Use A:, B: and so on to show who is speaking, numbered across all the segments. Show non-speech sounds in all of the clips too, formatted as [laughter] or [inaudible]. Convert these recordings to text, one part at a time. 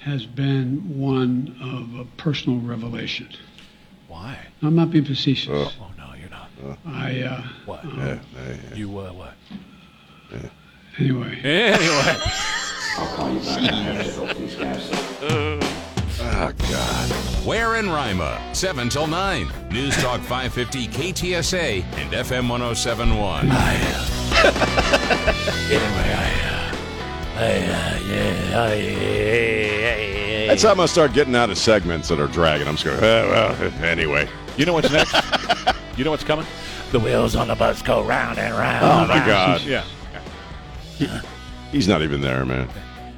A: has been one of a personal revelation.
B: Why?
A: I'm not being facetious.
C: Oh.
B: Oh no, you're not.
A: I uh,
B: What?
C: Yeah, yeah, yeah.
B: You uh, what?
A: anyway.
B: Anyway,
C: Oh, God.
D: Where in Rima? 7 till 9. News Talk 550 KTSA and FM 1071.
B: uh, uh,
C: That's how I'm going to start getting out of segments that are dragging. I'm just going, uh, well, anyway.
B: you know what's next? you know what's coming? The wheels on the bus go round and
C: Oh,
B: round.
C: my God.
B: yeah.
C: He's not even there, man.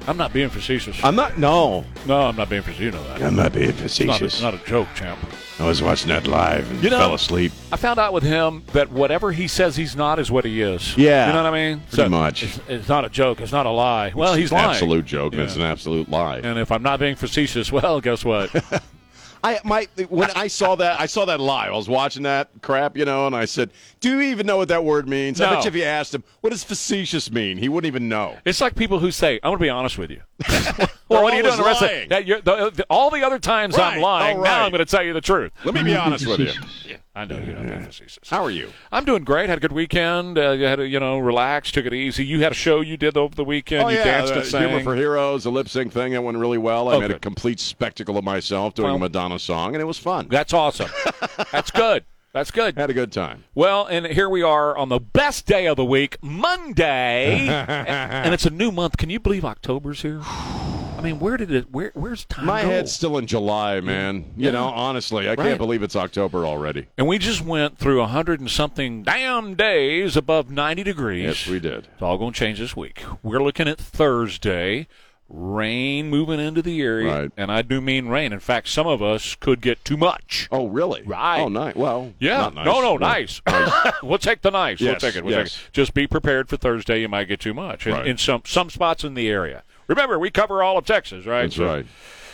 B: I'm not being facetious.
C: I'm not, no.
B: no, I'm not being facetious. You know that.
C: I'm not being
B: It's not,
C: facetious.
B: it's not a joke, champ.
C: I was watching that live and
B: You know-
C: fell asleep.
B: I found out with him that whatever he says he's not is what he is.
C: Yeah.
B: You know what I mean?
C: Pretty much.
B: It's, it's not a joke. It's not a lie. Well, he's
C: It's an
B: lying.
C: absolute joke. and It's
B: Yeah.
C: an absolute lie.
B: And if I'm not being facetious, well, guess what?
C: [laughs] I my when I saw that I saw that live. I was watching that crap, you know, and I said, "Do you even know what that word means?" I
B: No.
C: bet you if you asked him, "What does facetious mean?" He wouldn't even know.
B: It's like people who say, "I'm going to be honest
C: [laughs]
B: with you." well, what are you
C: always
B: doing the rest of
C: lying.
B: that? You're, the, the, all the other times
C: Right.
B: I'm lying,
C: All
B: now
C: right.
B: I'm going to tell you the truth.
C: Let me be honest with you.
B: I know you're not being facetious.
C: How are you?
B: I'm doing great. Had a good weekend. Uh, you had a, you know relaxed, took it easy. You had a show you did over the weekend. you danced
C: Oh, the
B: and sang.
C: humor for heroes, the lip sync thing that went really well. I
B: Oh,
C: made a
B: good.
C: complete spectacle of myself doing a
B: Well-
C: Madonna song, and it was fun.
B: That's awesome. That's good. That's good.
C: Had a good time.
B: Well, and here we are on the best day of the week,
C: [laughs]
B: Monday, and it's a new month. Can you believe October's here? I mean, where did it? Where, where's time?
C: My
B: go?
C: head's still in July, man. You know, honestly, I
B: Right.
C: can't believe it's October already.
B: And we just went through a hundred and something damn days above ninety degrees.
C: Yes, we did.
B: It's all going to change this week. We're looking at Thursday, rain moving into the area,
C: Right.
B: and I do mean rain. In fact, some of us could get too much.
C: Oh, really?
B: Right.
C: Oh, nice. Well,
B: Yeah.
C: not nice.
B: No, no,
C: [laughs]
B: nice. [laughs] we'll take the nice.
C: Yes,
B: We'll take it. We'll
C: yes.
B: take it. Just be prepared for Thursday. You might get too much in,
C: Right.
B: in some some spots in the area. Remember, we cover all of Texas, right?
C: That's
B: so,
C: right.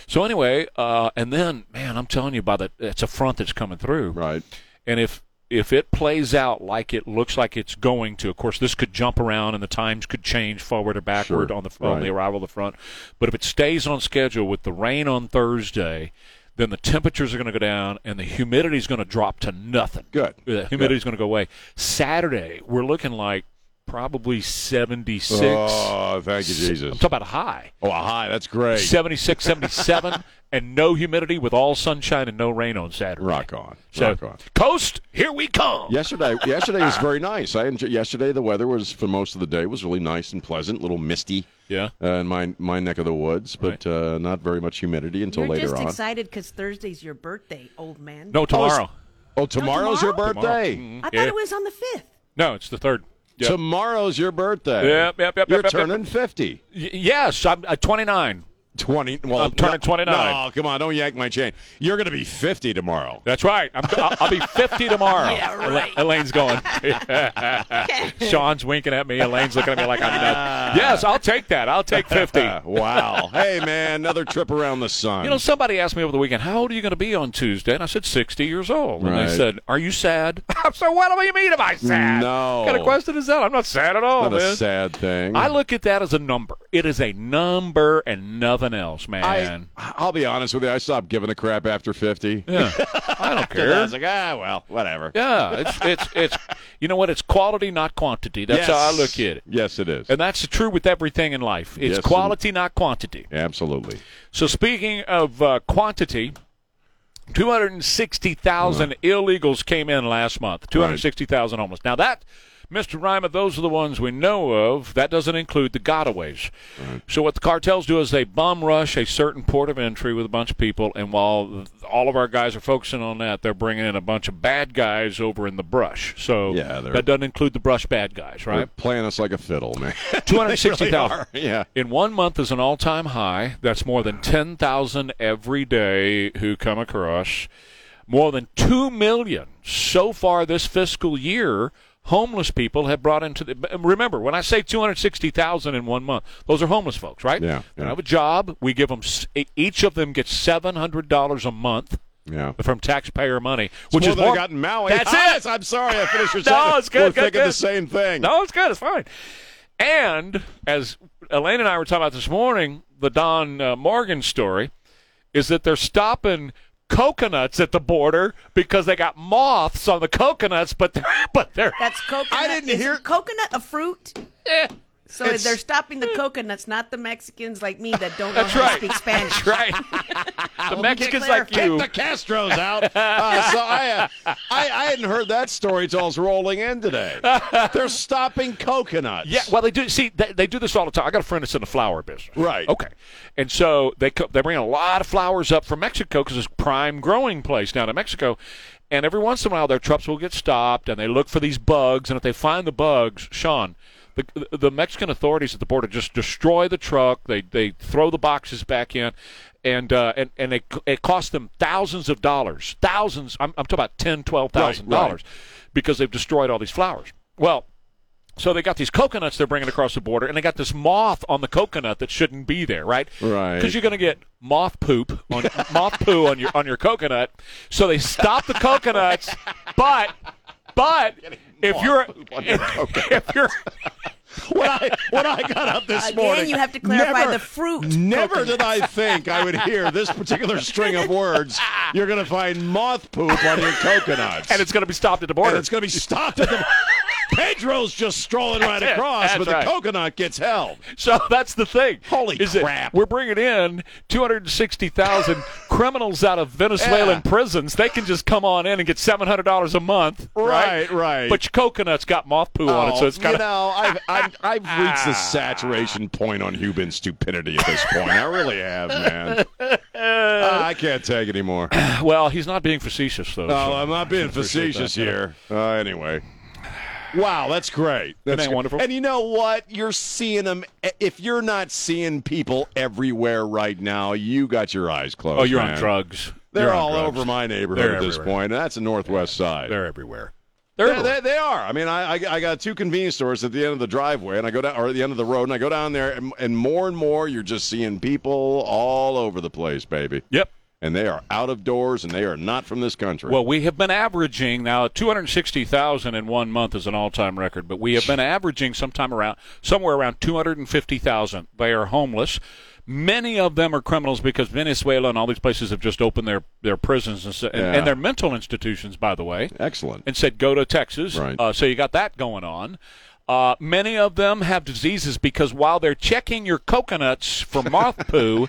B: So anyway, uh, and then man, I'm telling you about that. It's a front that's coming through,
C: Right.
B: and if if it plays out like it looks like it's going to, of course, this could jump around and the times could change forward or backward
C: Sure,
B: on the on the
C: right.
B: arrival of the front. But if it stays on schedule with the rain on Thursday, then the temperatures are going to go down and the humidity is going to drop to nothing.
C: Good.
B: The humidity is going to go away. Saturday, we're looking like probably 76.
C: Oh, thank you,
B: I'm
C: Jesus.
B: talking about a high.
C: Oh, hi. That's great.
B: 76,
C: [laughs]
B: 77, and no humidity with all sunshine and no rain on Saturday.
C: Rock on.
B: So,
C: Rock on.
B: coast, here we come.
C: Yesterday, yesterday was very nice. I enjoyed, yesterday the weather was for most of the day was really nice and pleasant, a little misty
B: Yeah.
C: uh, in my my neck of the woods, but uh, not very much humidity until
E: You're
C: later
E: just
C: on.
E: excited because Thursday's your birthday, old man.
B: No, tomorrow.
C: Oh, tomorrow's your
E: tomorrow?
C: birthday.
E: I thought
B: yeah.
E: it was on the fifth.
B: No, it's the third. Mm-hmm. Yep.
C: Tomorrow's your birthday.
B: Yep, yep, yep,
C: You're
B: yep, yep, yep.
C: turning 50.
B: Y- yes, I'm uh, 29.
C: 20. Well,
B: I'm turning
C: no-
B: 29.
C: No, come on, don't yank my chain. You're going to be 50 tomorrow.
B: That's right. I'm, I'll, I'll be 50 tomorrow.
E: [laughs] Yeah, right.
B: Ela- Elaine's
E: [laughs]
B: going. [laughs] Sean's winking at me. Elaine's looking at me like I'm
E: Ah.
B: nuts. Yes, I'll take that. I'll
E: [laughs]
B: take 50.
C: Ah,
B: [laughs]
C: wow. hey, man, another trip around the sun.
B: You know, somebody asked me over the weekend, "How old are you going to be on Tuesday?" And I said, "60 years old." And
C: Right.
B: they said, "Are you sad?" [laughs] I said, "What do you mean am I sad?"
C: No.
B: What kind of question is that? I'm not sad at all,
C: Not
B: man.
C: a sad thing.
B: I look at that as a number. It is a number and nothing else,
C: I,
B: man.
C: I'll be honest with you. I stopped giving a crap after 50.
B: yeah, I don't
C: [laughs] After that, I
B: care.
C: was like, ah, well, whatever.
B: Yeah, it's it's it's you know what? It's quality, not quantity. That's how I look at it.
C: Yes, it is.
B: And that's true with everything in life. It's
C: Yes,
B: quality, not quantity.
C: Absolutely.
B: So speaking of uh, quantity, 260,000 illegals came in last month. 260,000 homeless. Now that, Mr. Rima, those are the ones we know of. That doesn't include the gotaways. So what the cartels do is they bum rush a certain port of entry with a bunch of people, and while all of our guys are focusing on that, they're bringing in a bunch of bad guys over in the brush. So
C: Yeah, they're-
B: that doesn't include the brush bad guys,
C: They're
B: right?
C: playing us like a fiddle,
B: [laughs]
C: man.
B: 260,000 [laughs]
C: They really are, yeah.
B: in one month is an all-time high. That's more than 10,000 every day who come across. More than 2 million so far this fiscal year homeless people have brought into the remember when i say 260,000 in one month those are homeless folks right
C: Yeah,
B: they
C: yeah.
B: have a job we give them each of them gets $700 a month
C: Yeah.
B: from taxpayer money
C: Which
B: which is
C: more than
B: more
C: I got in Maui. Ah,
B: that's
C: Yes,
B: it
C: I'm sorry. I finished your
B: [laughs] No,
C: sentence.
B: it's good,
C: We're
B: good,
C: thinking the
B: good.
C: same
B: [laughs]
C: thing. [laughs]
B: no, it's good. It's fine. And as Elaine and I were talking about this morning, the Don uh, Morgan story is that they're stopping coconuts at the border because they got moths on the coconuts, but they're, [laughs] but they're [gasps]
E: That's coconut.
C: I didn't
E: Is
C: hear-
E: coconut a fruit.
B: Eh.
E: So
C: It's-
E: they're stopping the coconuts, not the Mexicans like me that don't know
B: [laughs] that's
E: how
B: right.
E: to speak Spanish.
B: That's right. the Mexicans like
E: Claire.
B: you.
C: Get the Castros out. Uh, so I,
B: [laughs]
C: uh, I, I hadn't heard that story till I was rolling in today. They're stopping coconuts.
B: Yeah, well, they do. See, they, they do this all the time. I got a friend that's in the flower business.
C: Right.
B: Okay. And so they co- they bring a lot of flowers up from Mexico because it's a prime growing place down in Mexico. And every once in a while, their trucks will get stopped, and they look for these bugs. And if they find the bugs, Sean, the the Mexican authorities at the border just destroy the truck. They they throw the boxes back in. And, uh, and and it, it costs them thousands of dollars, thousands. I'm, I'm talking about ten, twelve thousand dollars, because they've destroyed all these flowers. Well, so they got these coconuts they're bringing across the border, and they got this moth on the coconut that shouldn't be there, right?
C: Right.
B: Because you're going to get moth poop on [laughs] moth poo on your on your coconut. So they stop the coconuts, but but if you're if, you're
C: When I, when I got up this
E: Again,
C: morning.
E: you have to clarify
C: never-
E: the fruit
C: Never
B: [laughs]
C: did I think I would hear this particular string of words. You're going to find moth poop on your coconuts.
B: and it's going to be stopped at the border,
C: and it's going to be
B: [laughs]
C: stopped at the. Pedro's just strolling right
B: it.
C: across,
B: That's
C: but
B: right.
C: the coconut gets held.
B: So [laughs] that's the thing.
C: Holy
B: is that
C: crap.
B: we're bringing in 260,000
C: [gasps]
B: criminals out of Venezuelan
C: Yeah.
B: prisons. They can just come on in and get $700 a month.
C: Right, right. Oh,
B: But your coconut's got moth poo on it, so it's Ah.
C: you
B: kind of.
C: know, I've, I've, I've
B: [laughs]
C: reached the saturation point on human stupidity at this point. I really
B: [laughs]
C: have, man. Ah, I can't take anymore.
B: [coughs]
C: No,
B: Well, he's not being facetious, though. so-
C: I'm not being facetious here. Uh, anyway. Wow, that's great. That's
B: that
C: gr-
B: wonderful?
C: And you know what? You're seeing them. If you're not seeing people everywhere right now, you got your eyes closed.
B: Oh, you're on
C: man.
B: drugs.
C: They're
B: You're on
C: all
B: drugs.
C: over my neighborhood
B: They're
C: at this
B: everywhere.
C: point. That's the northwest side.
B: They're everywhere. They're
C: Yeah,
B: everywhere.
C: they, they are. I mean, I, I I got two convenience stores at the end of the driveway, and I go down or at the end of the road, and I go down there, and, and more and more, you're just seeing people all over the place, baby.
B: Yep.
C: And they are out of doors, and they are not from this country.
B: Well, we have been averaging now 260,000 in one month is an all-time record, but we have been averaging sometime around somewhere around 250,000. They are homeless. Many of them are criminals because Venezuela and all these places have just opened their, their prisons and, s- and,
C: Yeah.
B: and their mental institutions, by the way,
C: excellent.
B: and said go to Texas.
C: Right.
B: Uh, so you got that going on. Uh, many of them have diseases because while they're checking your coconuts for
C: [laughs]
B: moth poo,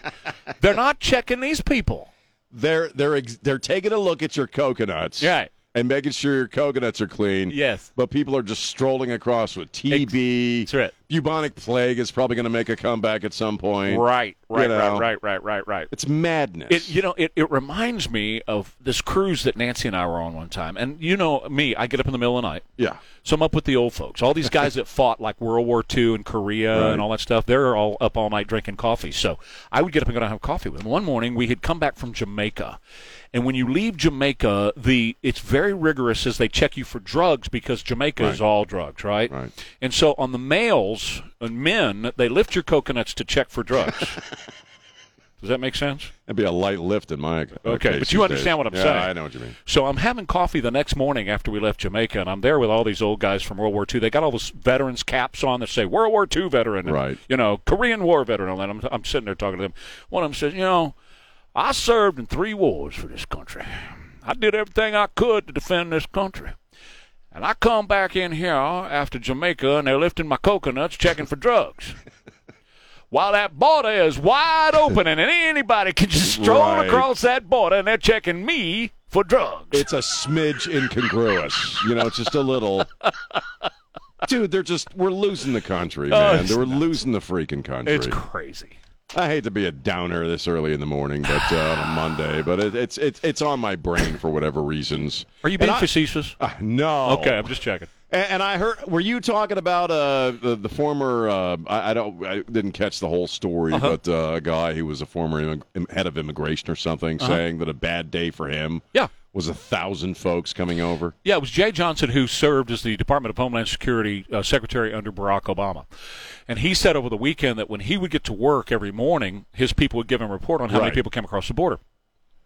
B: they're not checking these people.
C: They're they're ex- they're taking a look at your coconuts,
B: Right.
C: And making sure your coconuts are clean.
B: Yes.
C: But people are just strolling across with TB.
B: That's right.
C: Bubonic plague is probably going to make a comeback at some point.
B: Right, right,
C: You know.
B: right, right, right, right, right.
C: It's madness.
B: It, you know, it, it reminds me of this cruise that Nancy and I were on one time. And you know me, I get up in the middle of the night.
C: yeah.
B: So I'm up with the old folks. All these guys that fought like World War II and Korea and all that stuff, they're all up all night drinking coffee. So I would get up and go down and have coffee with them. One morning we had come back from Jamaica. And when you leave Jamaica, the it's very rigorous as they check you for drugs because Jamaica is all drugs, right?
C: Right.
B: And so on the males and men, they lift your coconuts to check for drugs.
C: [laughs]
B: Does that make sense?
C: That'd be a light lift in my.
B: Okay, but you understand what I'm
C: yeah,
B: saying.
C: I know what you mean.
B: So I'm having coffee the next morning after we left Jamaica, and I'm there with all these old guys from World War II. They got all those veterans caps on that say World War II veteran, and,
C: Right.
B: You know, Korean War veteran, and all that. I'm, I'm sitting there talking to them. One of them says, "You know, I served in three wars for this country. I did everything I could to defend this country." And I come back in here after Jamaica, and they're lifting my coconuts, checking for
C: [laughs]
B: drugs. While that border is wide open, and anybody can just stroll
C: Right.
B: across that border, and they're checking me for drugs.
C: It's a smidge incongruous. you know, it's just
B: [laughs]
C: a little. Dude, they're just we're losing the country, man.
B: Oh, it's
C: They're- we're losing the freaking country.
B: It's crazy.
C: I hate to be a downer this early in the morning, but uh, on a Monday, but it, it's it's it's on my brain for whatever reasons.
B: Are you
C: And
B: being
C: I-
B: facetious?
C: Uh, no.
B: Okay, I'm just checking.
C: And, and I heard, were you talking about uh, the, the former? Uh, I, I don't, I didn't catch the whole story, but uh, a guy who was a former immig- head of immigration or something, saying that a bad day for him,
B: Yeah.
C: was a thousand folks coming over.
B: Yeah, it was Jay Johnson who served as the Department of Homeland Security uh, Secretary under Barack Obama. And he said over the weekend that when he would get to work every morning, his people would give him a report on how many
C: Right.
B: people came across the border.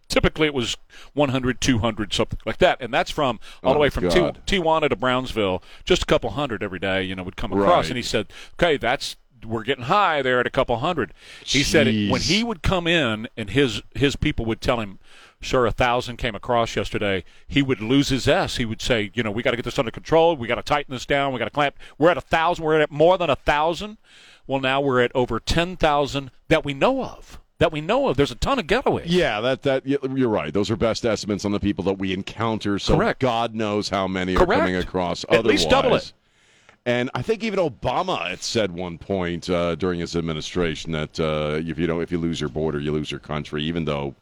B: Typically, it was 100, 200, something like that. And that's from all the
C: Oh,
B: way from Ti-
C: God.
B: Tijuana to Brownsville, just a couple hundred every day, you know, would come across.
C: Right.
B: And he said, okay, that's we're getting high there at a couple hundred. He said it, when
C: Jeez.
B: he would come in and his his people would tell him, "Sir, a thousand came across yesterday." He would lose his s. He would say, "You know, we got to get this under control. We got to tighten this down. We got to clamp. We're at a thousand. We're at more than a thousand. Well, now we're at over ten thousand that we know of. That we know of. There's a ton of getaways.
C: Yeah, that that y- you're right. Those are best estimates on the people that we encounter. So
B: Correct.
C: God knows how many are
B: Correct.
C: coming across.
B: At
C: Otherwise.
B: least double it.
C: And I think even Obama had said one point uh, during his administration that uh, if you don't, if you lose your border, you lose your country. Even though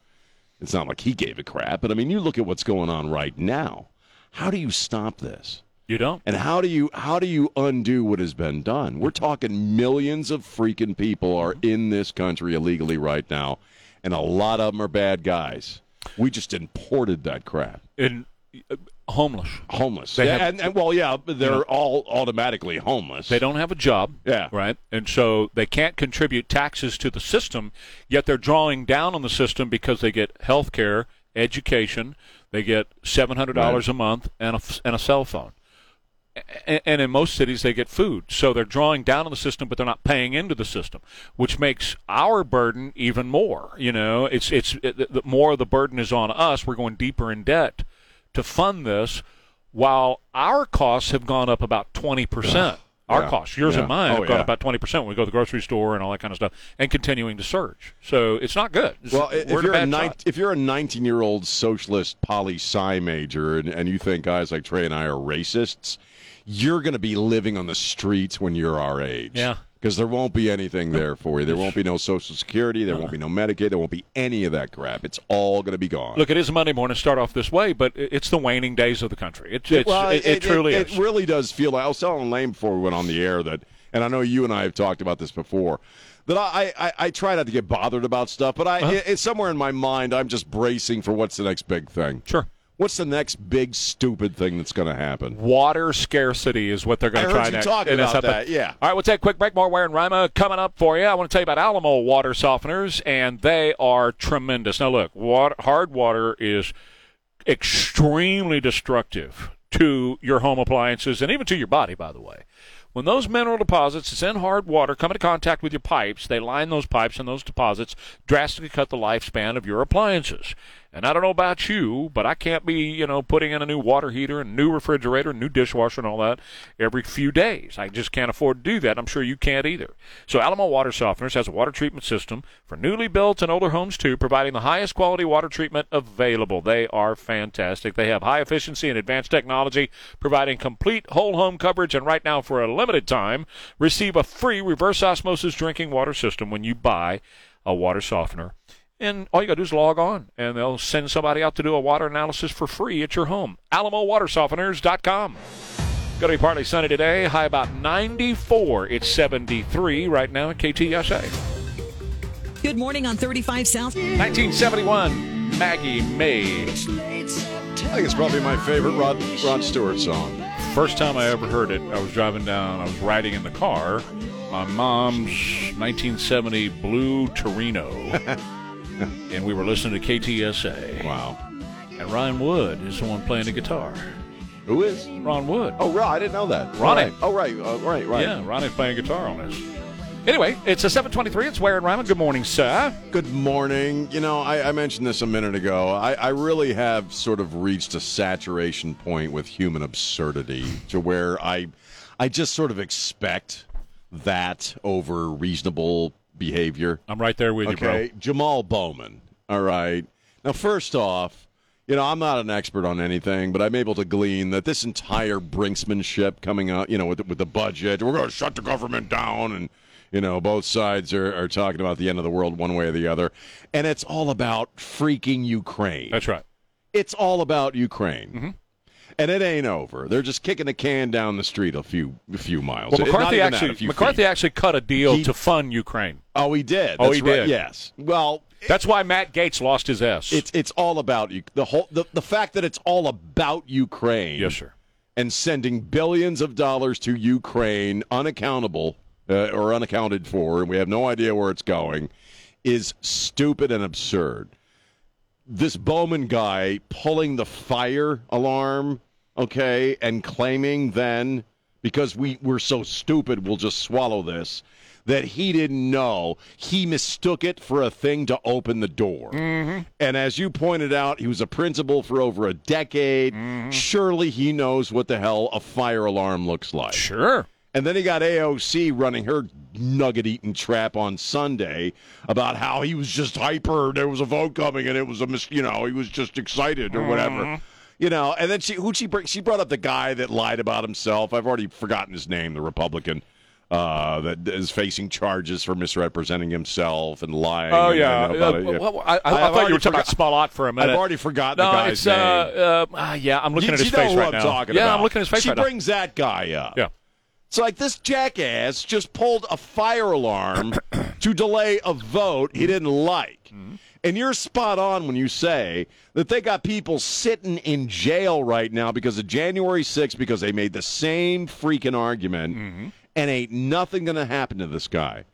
C: it's not like he gave a crap, but I mean, you look at what's going on right now. How do you stop this?
B: You don't.
C: And how do you how do you undo what has been done? We're talking millions of freaking people are in this country illegally right now, and a lot of them are bad guys. We just imported that crap.
B: And uh, homeless.
C: Homeless.
B: They
C: Yeah,
B: have-
C: and, and well, yeah, but they're all automatically homeless.
B: They don't have a job.
C: Yeah.
B: Right. And so they can't contribute taxes to the system, yet they're drawing down on the system because they get health care, education, they get $700 a month, and a, f- and a cell phone. And, and in most cities, they get food. So they're drawing down on the system, but they're not paying into the system, which makes our burden even more. You know, it's, it's it, the, the more of the burden is on us. We're going deeper in debt to fund this. While our costs have gone up about twenty percent, our
C: Yeah.
B: costs, yours
C: Yeah.
B: and mine,
C: Oh,
B: have gone
C: yeah.
B: up about twenty percent when we go to the grocery store and all that kind of stuff, and continuing to surge. So it's not good. It's-
C: Well, i-
B: we're in
C: if you're, a
B: bad
C: nine,
B: spot.
C: if you're a 19 year old socialist poli sci major and, and you think guys like Trey and I are racists, you're going to be living on the streets when you're our age.
B: Yeah.
C: Because there won't be anything there for you. There won't be no Social Security. There won't be no Medicaid. There won't be any of that crap. It's all going to be gone.
B: Look, it is Monday morning. Start off this way, but it- it's the waning days of the country. It's, it's,
C: Well,
B: it, it truly
C: it,
B: is.
C: really does feel like I was telling Lane before we went on the air that, and I know you and I have talked about this before, that I I, I try not to get bothered about stuff, but I
B: Uh-huh.
C: it- it's somewhere in my mind I'm just bracing for what's the next big thing.
B: Sure.
C: What's the next big stupid thing that's going to happen?
B: Water scarcity is what they're going
C: I
B: to
C: heard
B: try
C: you
B: next.
C: talking
B: And it's
C: about
B: up
C: that, yeah.
B: All right, we'll take a quick break. More Ware and Rima coming up for you. I want to tell you about Alamo water softeners, and they are tremendous. Now, look, water, hard water is extremely destructive to your home appliances and even to your body, by the way. When those mineral deposits that's in hard water come into contact with your pipes, they line those pipes and those deposits drastically cut the lifespan of your appliances. And I don't know about you, but I can't be, you know, putting in a new water heater and new refrigerator and new dishwasher and all that every few days. I just can't afford to do that. I'm sure you can't either. So Alamo Water Softeners has a water treatment system for newly built and older homes too, providing the highest quality water treatment available. They are fantastic. They have high efficiency and advanced technology, providing complete whole home coverage. And right now, for a limited time, receive a free reverse osmosis drinking water system when you buy a water softener. And all you got to do is log on, and they'll send somebody out to do a water analysis for free at your home. AlamoWatersofteners.com. Going to be partly sunny today. High about 94. It's 73 right now at KTSA.
F: Good morning on 35 South.
B: 1971, Maggie May.
C: I think it's probably my favorite Rod, Rod Stewart song.
B: First time I ever heard it, I was driving down, I was riding in the car, my mom's 1970 blue Torino, and we were listening to KTSA.
C: Wow.
B: And Ryan Wood is the one playing the guitar.
C: Who is?
B: Ron Wood.
C: Oh, Rod. I didn't know that.
B: Ronnie.
C: Right. Oh, right. Uh, right. Right.
B: yeah, Ronnie's playing guitar on this. Anyway, it's a 723. It's Ware and Ryman. Good morning, sir.
C: Good morning. You know, I, I mentioned this a minute ago. I, I really have sort of reached a saturation point with human absurdity to where I, I just sort of expect that over reasonable behavior.
B: I'm right there with you, bro.
C: Okay, Jamal Bowman. All right. Now, first off, you know I'm not an expert on anything, but I'm able to glean that this entire brinksmanship coming up, you know, with the, with the budget, we're going to shut the government down, and you know both sides are, are talking about the end of the world one way or the other, and it's all about freaking Ukraine.
B: That's Mm-hmm. right.
C: It's all about Ukraine. And it ain't over. They're just kicking the can down the street a few a few miles.
B: Well,
C: Not
B: McCarthy
C: even that,
B: actually
C: a few
B: McCarthy
C: feet.
B: actually cut a deal
C: He-
B: to fund Ukraine.
C: Oh, he did.
B: Oh, he
C: That's right.
B: did.
C: Yes. Well,
B: That's why Matt Gates lost his S.
C: It's it's all about you. The whole the, the fact that it's all about Ukraine.
B: yes, sir.
C: And sending billions of dollars to Ukraine unaccountable uh, or unaccounted for, and we have no idea where it's going, is stupid and absurd. This Bowman guy pulling the fire alarm, okay, and claiming then because we we're so stupid we'll just swallow this that he didn't know. He mistook it for a thing to open the door.
B: Mm.
C: And as you pointed out, he was a principal for over a decade.
B: Mm-hmm.
C: Surely he knows what the hell a fire alarm looks like.
B: Sure.
C: And then he got AOC running her nugget eating trap on Sunday about how he was just hyper. There was a vote coming, and it was a mis- you know he was just excited or whatever.
B: Mm-hmm.
C: You know, and then she who she bring she brought up the guy that lied about himself. I've already forgotten his name, the Republican uh, that is facing charges for misrepresenting himself and lying.
B: Oh
C: and-
B: yeah.
C: and about
B: Uh,
C: it, yeah.
B: well, I, I- I
C: I've
B: thought
C: already
B: you were talking
C: forgot-
B: about Smollett for a minute.
C: I've already forgotten
B: no,
C: the guy's
B: it's, uh,
C: name.
B: uh, ah, yeah, I'm looking
C: You-
B: at
C: you
B: his
C: know
B: face
C: who
B: right
C: I'm
B: now.
C: talking
B: yeah,
C: about.
B: I'm looking at his face
C: She
B: right now.
C: brings that guy up.
B: Yeah.
C: It's like this jackass just pulled a
B: [coughs]
C: fire alarm to delay a vote he didn't like.
B: Mm-hmm.
C: And you're spot on when you say that they got people sitting in jail right now because of January 6th because they made the same freaking argument.
B: Mm-hmm.
C: And ain't nothing going to happen to this guy.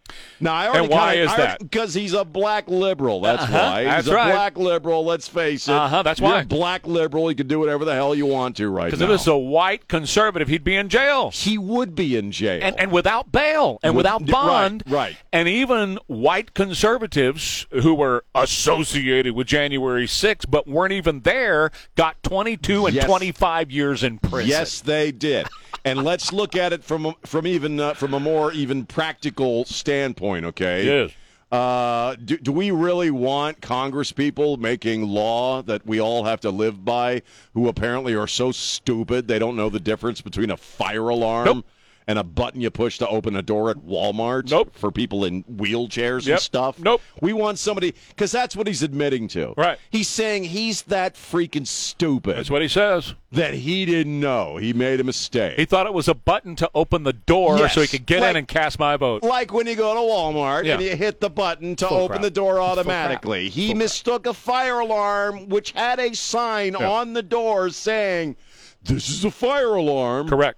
C: Now I already
B: And why
C: kinda,
B: is that? Uh-huh.
C: Because he's a black liberal. That's why.
B: that's
C: he's a
B: right.
C: black liberal. Let's face it.
B: Uh-huh, that's
C: You're
B: why.
C: a black liberal. You can do whatever the hell you want to right now.
B: Because if it's a white conservative, he'd be in jail.
C: he would be in jail.
B: and, and without bail and
C: With-
B: without
C: right,
B: bond.
C: right.
B: And even white conservatives who were associated with January 6th but weren't even there got 22 and
C: Yes.
B: 25 years in prison.
C: Yes, they did. And let's look at it from from even uh, from a more even practical standpoint. Okay.
B: Yes.
C: Uh, do, do we really want Congress people making law that we all have to live by, who apparently are so stupid they don't know the difference between a fire alarm
B: Nope.
C: and a button you push to open a door at Walmart
B: Nope.
C: for people in wheelchairs
B: Yep.
C: and stuff?
B: Nope.
C: We want somebody because that's what he's admitting to.
B: Right.
C: He's saying he's that freaking stupid
B: That's what he says.
C: that he didn't know. He made a mistake.
B: He thought it was a button to open the door
C: Yes.
B: so he could get
C: Like-
B: in and cast my vote.
C: like when you go to Walmart and
B: Yeah.
C: you hit the button to open
B: crap.
C: the door automatically. He mistook a fire alarm which had a sign
B: Yeah.
C: on the door saying, "This is a fire alarm."
B: Correct.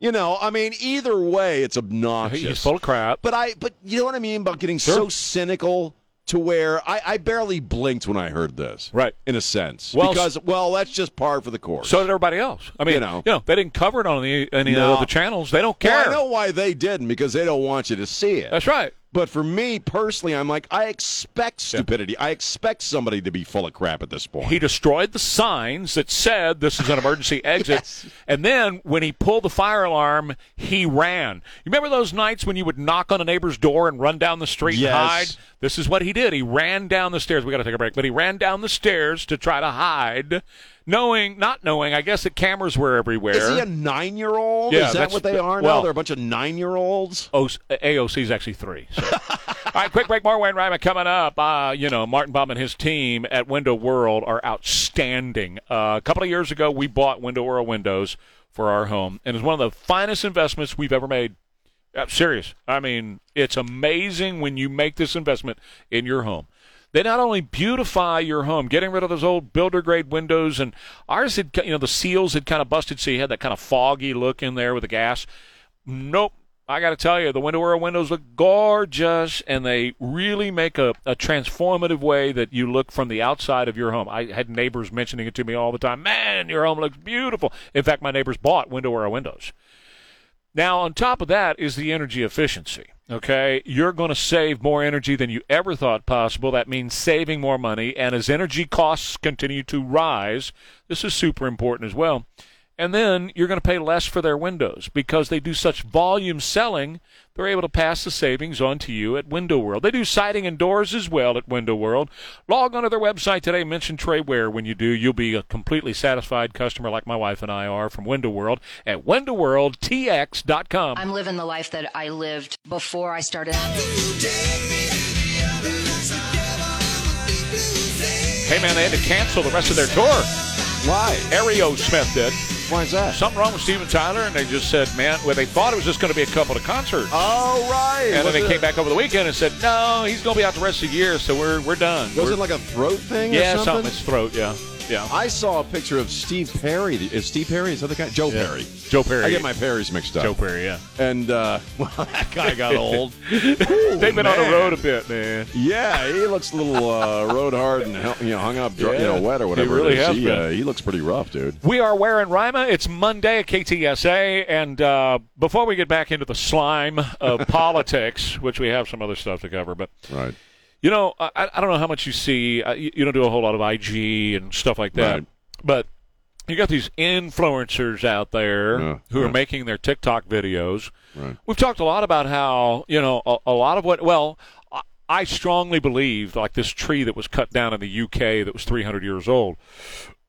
C: You know, I mean, either way, it's obnoxious.
B: He's full of crap.
C: But I, but you know what I mean about getting so cynical to where I, I barely blinked when I heard this.
B: Right.
C: In a sense,
B: Well,
C: because well, that's just par for the course.
B: so did everybody else. I mean,
C: You know.
B: they didn't cover it on any, any
C: No.
B: of the channels. They don't care.
C: Well, I know why they didn't because they don't want you to see it.
B: That's right.
C: But for me personally, I'm like, I expect stupidity. I expect somebody to be full of crap at this point.
B: He destroyed the signs that said this is an
C: [laughs]
B: emergency exit. And then when he pulled the fire alarm, he ran. You remember those nights when you would knock on a neighbor's door and run down the street
C: Yes.
B: and hide? This is what he did. He ran down the stairs. We got to take a break, but he ran down the stairs to try to hide, knowing, not knowing, I guess that cameras were everywhere.
C: is he a nine year old?
B: Yeah,
C: is that
B: that's-
C: what they are now?
B: well-
C: They're a bunch of nine year olds?
B: O- AOC is actually three. so. All right, quick break. More Wayne Ryman coming up. Uh, you know, Martin Baum and his team at Window World are outstanding. Uh, a couple of years ago, we bought Window World windows for our home, and it's one of the finest investments we've ever made. Uh, serious. I mean, it's amazing when you make this investment in your home. They not only beautify your home, getting rid of those old builder grade windows, and ours had, ki- you know, the seals had kind of busted, so you had that kind of foggy look in there with the gas. Nope. I got to tell you, the window where windows look gorgeous, and they really make a, a transformative way that you look from the outside of your home. I had neighbors mentioning it to me all the time. Man, your home looks beautiful. In fact, my neighbors bought window where windows. Now, on top of that is the energy efficiency. Okay, you're going to save more energy than you ever thought possible. That means saving more money. And as energy costs continue to rise, this is super important as well. And then you're going to pay less for their windows because they do such volume selling, they're able to pass the savings on to you at Window World. They do siding and doors as well at Window World. Log on to their website today, mention Trey Ware when you do. You'll be a completely satisfied customer like my wife and I are from Window World at windowworldtx.com.
G: I'm living the life that I lived before I started.
B: Hey man, they had to cancel the rest of their tour.
C: Why?
B: Aereo Smith did.
C: Why is that?
B: Something wrong with Steven Tyler, and they just said, man, well, they thought it was just going to be a couple of concerts.
C: Oh, right.
B: and then
C: Was
B: they
C: it-
B: came back over the weekend and said, no, he's going to be out the rest of the year, so we're we're done.
C: Was
B: We're-
C: it like a throat thing
B: yeah,
C: or
B: something in
C: something?
B: his throat, yeah. Yeah.
C: I saw a picture of Steve Perry. Is Steve Perry? Is that the guy? Joe
B: Yeah.
C: Perry.
B: Joe Perry.
C: I get my Perrys mixed up.
B: Joe Perry, yeah.
C: And uh, [laughs] well, that guy got old.
B: They've been on
C: man.
B: the road a bit, man.
C: Yeah, he looks a little uh, road hard and hel- you know hung up, dr- you know,
B: Yeah.
C: wet or
B: He
C: whatever.
B: really
C: it is.
B: has
C: he,
B: been.
C: Uh, he looks pretty rough, dude.
B: We are wearing Rima. It's Monday at KTSA. And uh, before we get back into the slime of [laughs] politics, which we have some other stuff to cover, but
C: Right.
B: You know, I, I I don't know how much you see. I, you you don't do a whole lot of IG and stuff like that.
C: Right.
B: But you got these influencers out there
C: Yeah,
B: who are
C: right.
B: making their TikTok videos.
C: Right.
B: We've talked a lot about how, you know, a, a lot of what, well, I, I strongly believe, like this tree that was cut down in the UK that was 300 years old,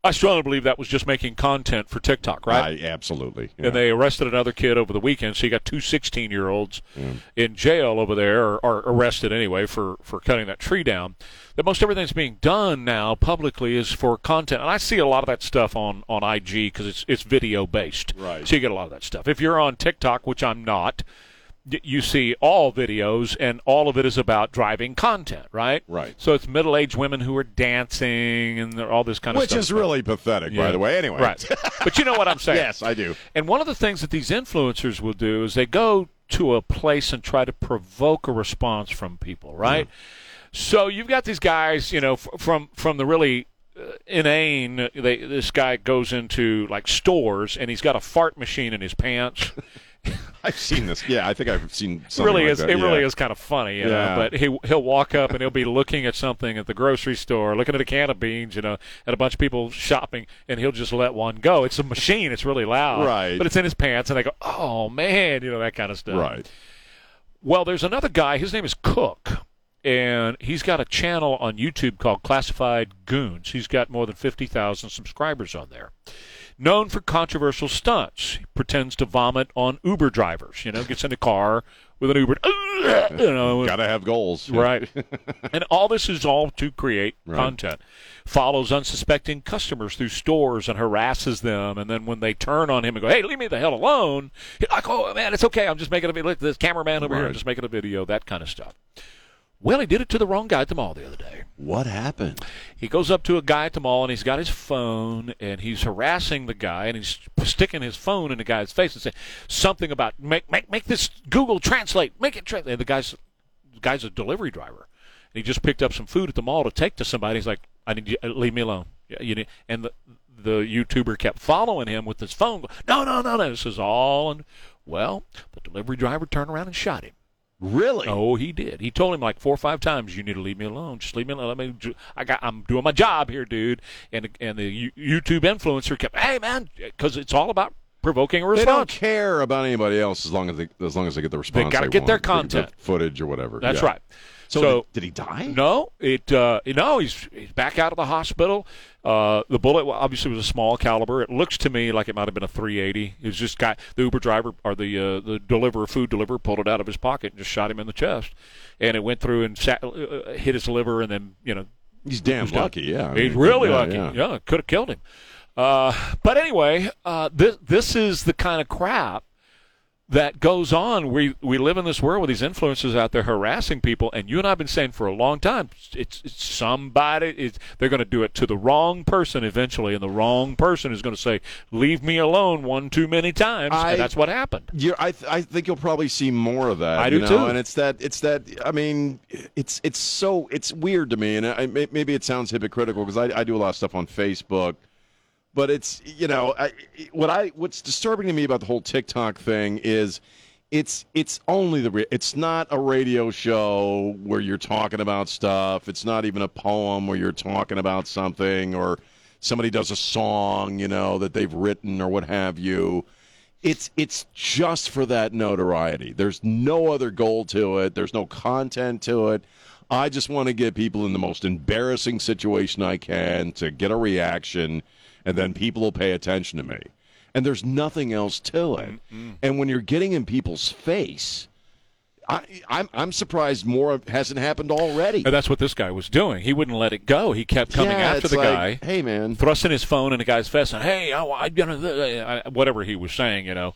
B: I strongly believe that was just making content for TikTok, right?
C: I- absolutely. Yeah.
B: and they arrested another kid over the weekend. So you got two 16 year olds in jail over there, or, or arrested anyway, for, for cutting that tree down. That most everything that's being done now publicly is for content. And I see a lot of that stuff on, on IG because it's, it's video based.
C: Right.
B: So you get a lot of that stuff. If you're on TikTok, which I'm not, y- you see all videos and all of it is about driving content, right?
C: Right.
B: So it's middle aged women who are dancing and they're- all this kind of
C: which
B: stuff.
C: is really pathetic, by
B: Yeah.
C: the way. Anyway,
B: Right. But you know what I'm saying.
C: yes, I do.
B: And one of the things that these influencers will do is they go to a place and try to provoke a response from people, right? So you've got these guys, you know, f- from from the really uh, inane. They, this guy goes into like stores and he's got a fart machine in his pants.
C: [laughs] I've seen this. Yeah, I think I've seen.
B: It
C: Something
B: really
C: like
B: is.
C: that,
B: It
C: yeah.
B: really is kind of funny, you know.
C: Yeah.
B: But he he'll walk up and he'll be looking at something at the grocery store, looking at a can of beans, you know, at a bunch of people shopping, and he'll just let one go. It's a machine. It's really loud,
C: Right.
B: But it's in his pants, and they go, "Oh man," you know that kind of stuff.
C: Right.
B: Well, there's another guy. His name is Cook, and he's got a channel on YouTube called Classified Goons. He's got more than 50,000 subscribers on there. Known for controversial stunts, he pretends to vomit on Uber drivers. You know, gets in a car with an Uber. [laughs] You know,
C: Gotta have goals.
B: right. [laughs] and all this is all to create
C: Right.
B: content. Follows unsuspecting customers through stores and harasses them. And then when they turn on him and go, "Hey, leave me the hell alone," he's like, "Oh man, it's okay. I'm just making a video. This cameraman over here, I'm
C: Right.
B: just making a video. That kind of stuff." Well, he did it to the wrong guy at the mall the other day.
C: What happened?
B: He goes up to a guy at the mall and he's got his phone and he's harassing the guy and he's sticking his phone in the guy's face and saying something about make make make this Google translate, make it translate. And the guy's the guy's a delivery driver. And he just picked up some food at the mall to take to somebody. He's like, "I need you uh, leave me alone." Yeah, You need, and the the YouTuber kept following him with his phone. No, no, no, no. This is all. And well, the delivery driver turned around and shot him.
C: Really?
B: Oh, he did. He told him like four or five times, "You need to leave me alone. Just leave me alone. Let me. do- I got. I'm doing my job here, dude." And and the You- YouTube influencer kept, "Hey, man," because it's all about provoking a
C: They don't
B: response.
C: care about anybody else as long as they as long as they get the response.
B: gotta get
C: want,
B: their
C: the- the
B: content.
C: footage, or whatever.
B: That's
C: Yeah.
B: right.
C: So,
B: So-
C: did, did he die?
B: No, it. Uh, no, he's he's back out of the hospital. Uh, the bullet wa- obviously was a small caliber. It looks to me like it might have been a 380. It was just guy. The Uber driver or the uh, the deliverer, food deliverer, pulled it out of his pocket and just shot him in the chest, and it went through and sat, uh, hit his liver, and then you know
C: He's damn
B: He's
C: lucky. Yeah, I
B: he's
C: mean,
B: really
C: yeah,
B: lucky.
C: yeah.
B: Yeah, could have killed him. Uh, but anyway, uh, this this is the kind of crap that goes on. We we live in this world with these influencers out there harassing people, and you and I've been saying for a long time, it's, it's somebody. It's, they're going to do it to the wrong person eventually, and the wrong person is going to say, "Leave me alone," one too many times,
C: I-
B: and that's what happened.
C: You're, I th- I think you'll probably see more of that.
B: I
C: you
B: do
C: know?
B: too.
C: And it's that it's that I mean it's it's so it's weird to me, and I, may- maybe it sounds hypocritical because I, I do a lot of stuff on Facebook, but it's you know I, what I what's disturbing to me about the whole TikTok thing is. It's it's only the ra- it's not a radio show where you're talking about stuff. It's not even a poem where you're talking about something or somebody does a song, you know, that they've written or what have you it's it's just for that notoriety. There's no other goal to it. There's no content to it. I just want to get people in the most embarrassing situation I can to get a reaction, and then people will pay attention to me. And there's nothing else to it.
B: Mm-hmm.
C: And when you're getting in people's face, I, I'm I'm surprised more of- hasn't happened already.
B: And that's what this guy was doing. He wouldn't let it go. He kept coming
C: Yeah,
B: after
C: it's
B: the guy.
C: like, Hey man,
B: thrusting his phone in the guy's face and hey I, I, you know, th- I- whatever he was saying you know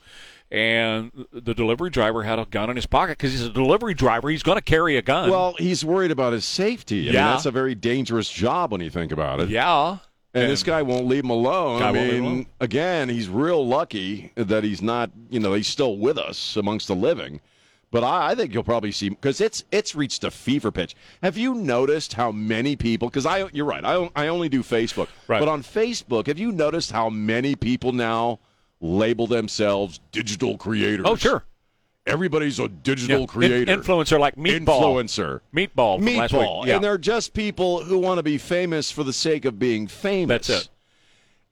B: and the delivery driver had a gun in his pocket because he's a delivery driver he's going to carry a gun
C: well he's worried about his safety. I mean,
B: Yeah.
C: that's a very dangerous job when you think about it.
B: yeah
C: And this guy won't leave him alone.
B: Guy
C: I
B: won't leave
C: mean,
B: him alone.
C: again, he's real lucky that he's not, you know, he's still with us amongst the living. But I, I think you'll probably see because it's it's reached a fever pitch. Have you noticed how many people? Because I, you're right. I, I only do Facebook,
B: Right.
C: but on Facebook, have you noticed how many people now label themselves digital creators?
B: Oh, sure.
C: everybody's a digital
B: Yeah.
C: creator,
B: In- influencer like Meatball.
C: influencer,
B: Meatball from last week.
C: meatball,
B: Yeah.
C: and they're just people who want to be famous for the sake of being famous.
B: That's it.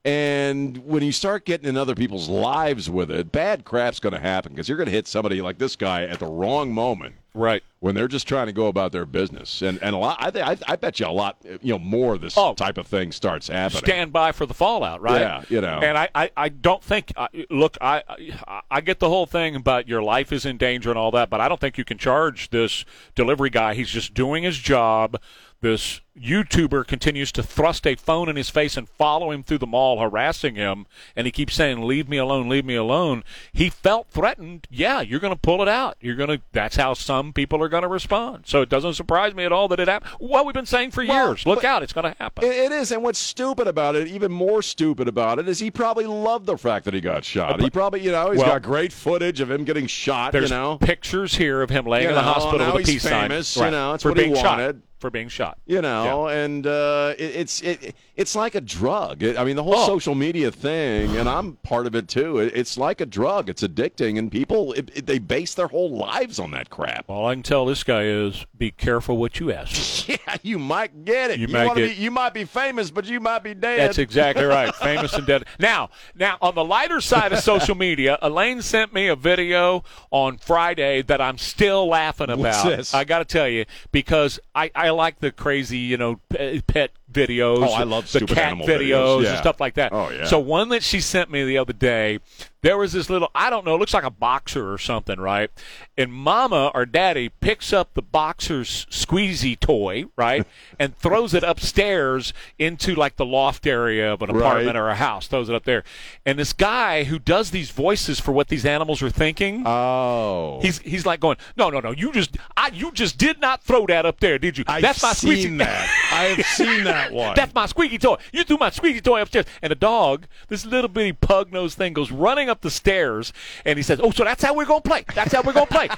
C: And when you start getting in other people's lives with it, bad crap's going to happen because you're going to hit somebody like this guy at the wrong moment
B: Right.
C: when they're just trying to go about their business. And and a lot, I, th- I, I bet you a lot, you know, more of this
B: Oh.
C: type of thing starts happening.
B: stand by for the fallout, right?
C: Yeah, you know.
B: And I, I, I don't think. I, look, I, I, I get the whole thing about your life is in danger and all that, but I don't think you can charge this delivery guy. He's just doing his job. This YouTuber continues to thrust a phone in his face and follow him through the mall, harassing him, and he keeps saying, "Leave me alone, leave me alone." He felt threatened. Yeah, you're going to pull it out. You're going to. That's how some people are going to respond. So it doesn't surprise me at all that it happened. What we've been saying for
C: Well,
B: years. Look
C: but-
B: out, it's going to happen.
C: It, it is, and what's stupid about it, even more stupid about it, is he probably loved the fact that he got shot. He probably, you know, he's
B: Well-
C: got great footage of him getting shot.
B: There's
C: you know,
B: pictures here of him laying
C: You
B: in the
C: know,
B: hospital
C: now
B: with a
C: he's
B: peace sign.
C: famous, you know, it's
B: for
C: what he
B: being shot.
C: wanted.
B: For being shot.
C: you know, and uh, it, it's it, it's like a drug. It, I mean, the whole
B: Oh.
C: social media thing, and I'm part of it too. It, it's like a drug. It's addicting, and people it, it- they base their whole lives on that crap.
B: All I can tell this guy is be careful what you ask.
C: [laughs] Yeah, you might get it.
B: You might
C: wanna
B: get-
C: Be, you might be famous, but you might be dead.
B: That's exactly right. [laughs] Famous and dead. Now, now on the lighter side of social media, [laughs] Elaine sent me a video on Friday that I'm still laughing about.
C: What's this?
B: I got to tell you because I, I like the crazy you know p- pet videos.
C: Oh, I love
B: the
C: stupid
B: cat
C: animal
B: videos,
C: videos.
B: and
C: Yeah.
B: stuff like that.
C: Oh, yeah.
B: So one that she sent me the other day, there was this little I don't know, it looks like a boxer or something, right? And mama or daddy picks up the boxer's squeezy toy,
C: [laughs]
B: right? and throws it upstairs into like the loft area of an apartment
C: Right.
B: or a house, throws it up there. And this guy who does these voices for what these animals are thinking,
C: Oh,
B: He's he's like going, no, no, no. You just I you just did not throw that up there, did you?
C: I've
B: That's my
C: seen
B: squeaky.
C: that.
B: [laughs]
C: I've seen that one.
B: That's my squeaky toy. You threw my squeaky toy upstairs, and the dog, this little bitty pug nosed thing, goes running up the stairs, and he says, "Oh, so that's how we're gonna play. That's how we're gonna
C: [laughs]
B: play."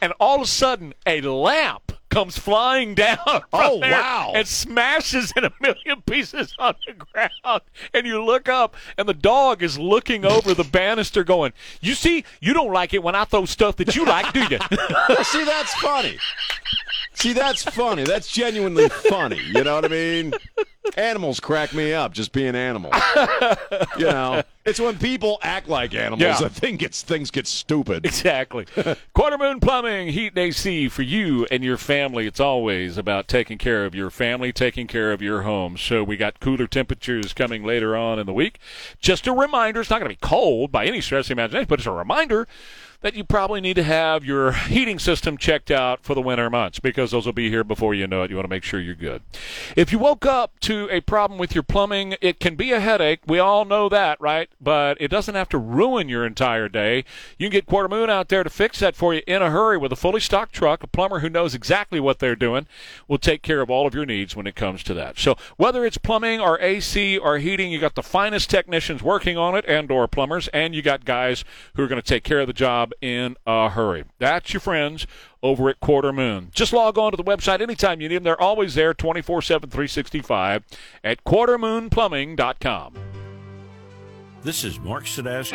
B: and all of a sudden, a lamp comes flying down. [laughs] from
C: Oh,
B: there
C: wow.
B: And smashes in a million pieces [laughs] on the ground. And you look up, and the dog is looking over the banister, going, "You see, you don't like it when I throw stuff that you like, do you?"
C: [laughs] See, that's funny. See, that's funny. That's genuinely funny. You know what I mean? Animals crack me up just being animals. You know, it's when people act like animals
B: Yeah.
C: that thing gets things get stupid.
B: [laughs] Exactly. Quarter Moon Plumbing, Heat and AC for you and your family. It's always about taking care of your family, taking care of your home. So we got cooler temperatures coming later on in the week. Just a reminder, it's not going to be cold by any stretch of the imagination, but it's a reminder that you probably need to have your heating system checked out for the winter months because those will be here before you know it. You want to make sure you're good. If you woke up to a problem with your plumbing, it can be a headache. We all know that, right? But it doesn't have to ruin your entire day. You can get Quarter Moon out there to fix that for you in a hurry with a fully stocked truck, a plumber who knows exactly what they're doing will take care of all of your needs when it comes to that. So whether it's plumbing or AC or heating, you got the finest technicians working on it and or plumbers, and you got guys who are going to take care of the job in a hurry. That's your friends over at Quarter Moon. Just log on to the website anytime you need them. They're always there 24-7, 365 at quartermoonplumbing.com.
H: This is Mark Sadash.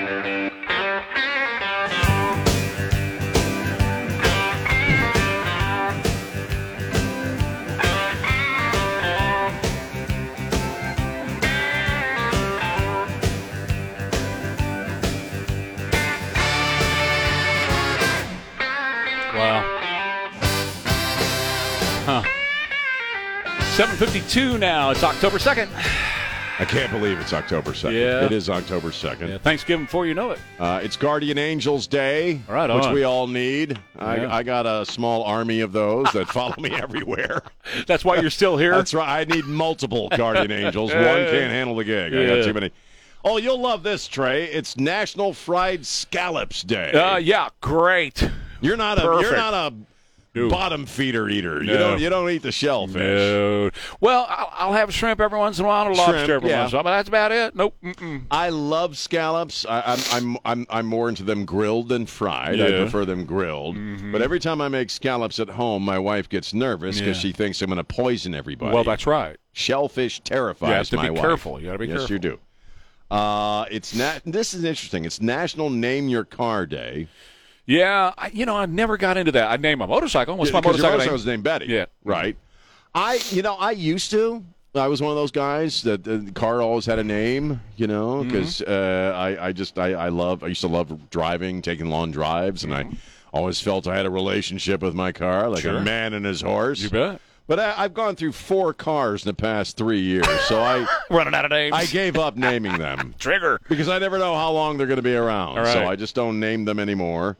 B: Wow. Huh. 752 now. It's October 2nd.
C: I can't believe it's October 2nd.
B: Yeah.
C: It is October 2nd.
B: Yeah, Thanksgiving before you know it.
C: Uh, it's Guardian Angels Day,
B: Right
C: which
B: on.
C: we all need. I,
B: Yeah.
C: I got a small army of those that follow me [laughs] everywhere.
B: That's why you're still here.
C: That's right. I need
B: [laughs]
C: multiple guardian angels. One can't handle the gig. I
B: Yeah.
C: got too many. Oh, you'll love this, Trey. It's National Fried Scallops Day.
B: Uh, yeah, great.
C: you're not a
B: perfect.
C: you're not a
B: No.
C: bottom feeder eater. You
B: No.
C: don't you don't eat the shellfish.
B: No. Well, I'll, I'll have shrimp every once in a while, and a lobster
C: Shrimp,
B: every
C: yeah.
B: once in a while, but that's about it. Nope. Mm, Mm-mm.
C: I love scallops. I, I'm, I'm I'm I'm more into them grilled than fried. I
B: Yeah. Mm-hmm.
C: prefer them grilled. But every time I make scallops at home, my wife gets nervous because
B: Yeah.
C: she thinks I'm going to poison everybody.
B: Well, that's right.
C: shellfish terrifies
B: You have to
C: my
B: be
C: wife.
B: careful. You gotta be
C: yes,
B: careful.
C: you do. Uh, it's nat- This is interesting. It's National Name Your Car Day.
B: Yeah, I, you know, I never got into that. I named my motorcycle. What's my
C: Because your
B: motorcycle
C: motorcycle was
B: name?
C: named Betty.
B: Yeah.
C: Right. I, you know, I used to. I was one of those guys that uh, the the car always had a name, you know,
B: Mm-hmm.
C: because uh, I, I just, I, I love, I used to love driving, taking long drives, and I always felt I had a relationship with my car, like
B: Mm-hmm. Sure.
C: a man and his horse.
B: You bet.
C: But I, I've gone through four cars in the past three years, so
B: [laughs]
C: I,
B: Running out of names.
C: I gave up naming them
B: Trigger.
C: because I never know how long they're going to be around.
B: All right.
C: So I just don't name them anymore.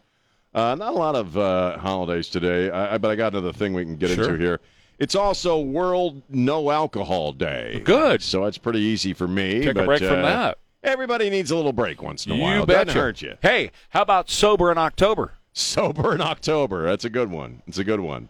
C: Uh, not a lot of uh, holidays today, I, I- but I got another thing we can get
B: Sure.
C: into here. It's also World No Alcohol Day.
B: Good.
C: So it's pretty easy for me.
B: Take a
C: but,
B: break from
C: uh,
B: that.
C: Everybody needs a little break once in a while.
B: You
C: Doesn't
B: betcha.
C: hurt you.
B: Hey, how about sober in October?
C: Sober in October. That's a good one. It's a good one.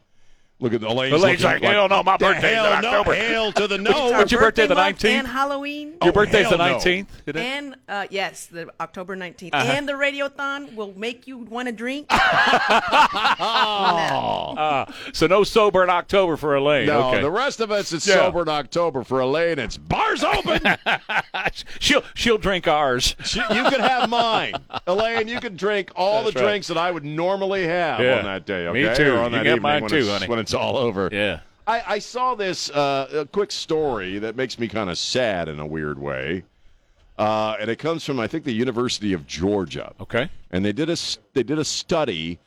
C: Look at the ladies.
B: The lady's
C: looking
B: like, "Hell no, my
C: "The
B: birthday's in
C: hell no,
B: October."
C: Hail to the
B: It's
C: no.
B: our [laughs] What's your birthday, the
E: month
B: 19th?
E: And Halloween.
B: Your birthday's the
C: Oh, hell no.
B: 19th. isn't it? Uh-huh.
E: And uh, yes, the October 19th. And the Radiothon will make you want
B: [laughs]
E: to drink.
B: [laughs] So no sober in October for Elaine.
C: No,
B: okay. [laughs]
C: the rest of us, it's
B: Yeah.
C: sober in October for Elaine.
B: [laughs]
C: It's bars open.
B: she'll she'll drink ours.
C: She- you could have mine, Elaine. You could drink all
B: That's
C: the
B: right.
C: drinks that I would normally have
B: Yeah.
C: on that day. Okay,
B: Me too.
C: Or on
B: You
C: that
B: get
C: evening
B: mine
C: when
B: too,
C: it's,
B: honey.
C: When it's all over.
B: Yeah.
C: I, I saw this uh, a quick story that makes me kind of sad in a weird way, uh, and it comes from I think the University of Georgia.
B: Okay.
C: And they did a s- they did a study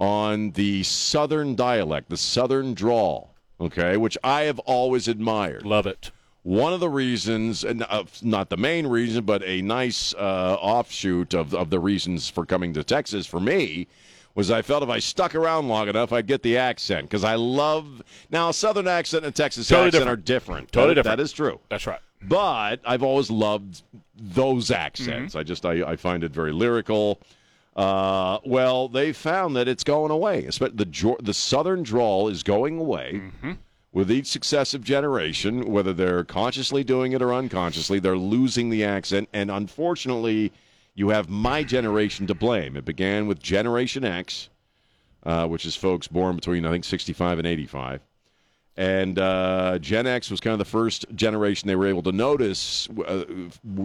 C: on the Southern dialect, the Southern drawl. Okay, which I have always admired
B: Love it.
C: one of the reasons, and uh, not the main reason, but a nice uh, offshoot of, of the reasons for coming to Texas for me was I felt if I stuck around long enough, I'd get the accent because I love now a Southern accent and a Texas
B: Totally
C: accent
B: different.
C: are different.
B: Totally
C: That-
B: different.
C: That is true.
B: That's right.
C: But I've always loved those accents.
B: Mm-hmm.
C: I just I, I find it very lyrical. Uh, well, they found that it's going away. Espe- The Geor- the Southern drawl is going away
B: Mm-hmm.
C: with each successive generation, whether they're consciously doing it or unconsciously, they're losing the accent. And unfortunately, you have my generation to blame. It began with Generation X, uh, which is folks born between, I think, 65 and 85. And uh, Gen X was kind of the first generation they were able to notice uh,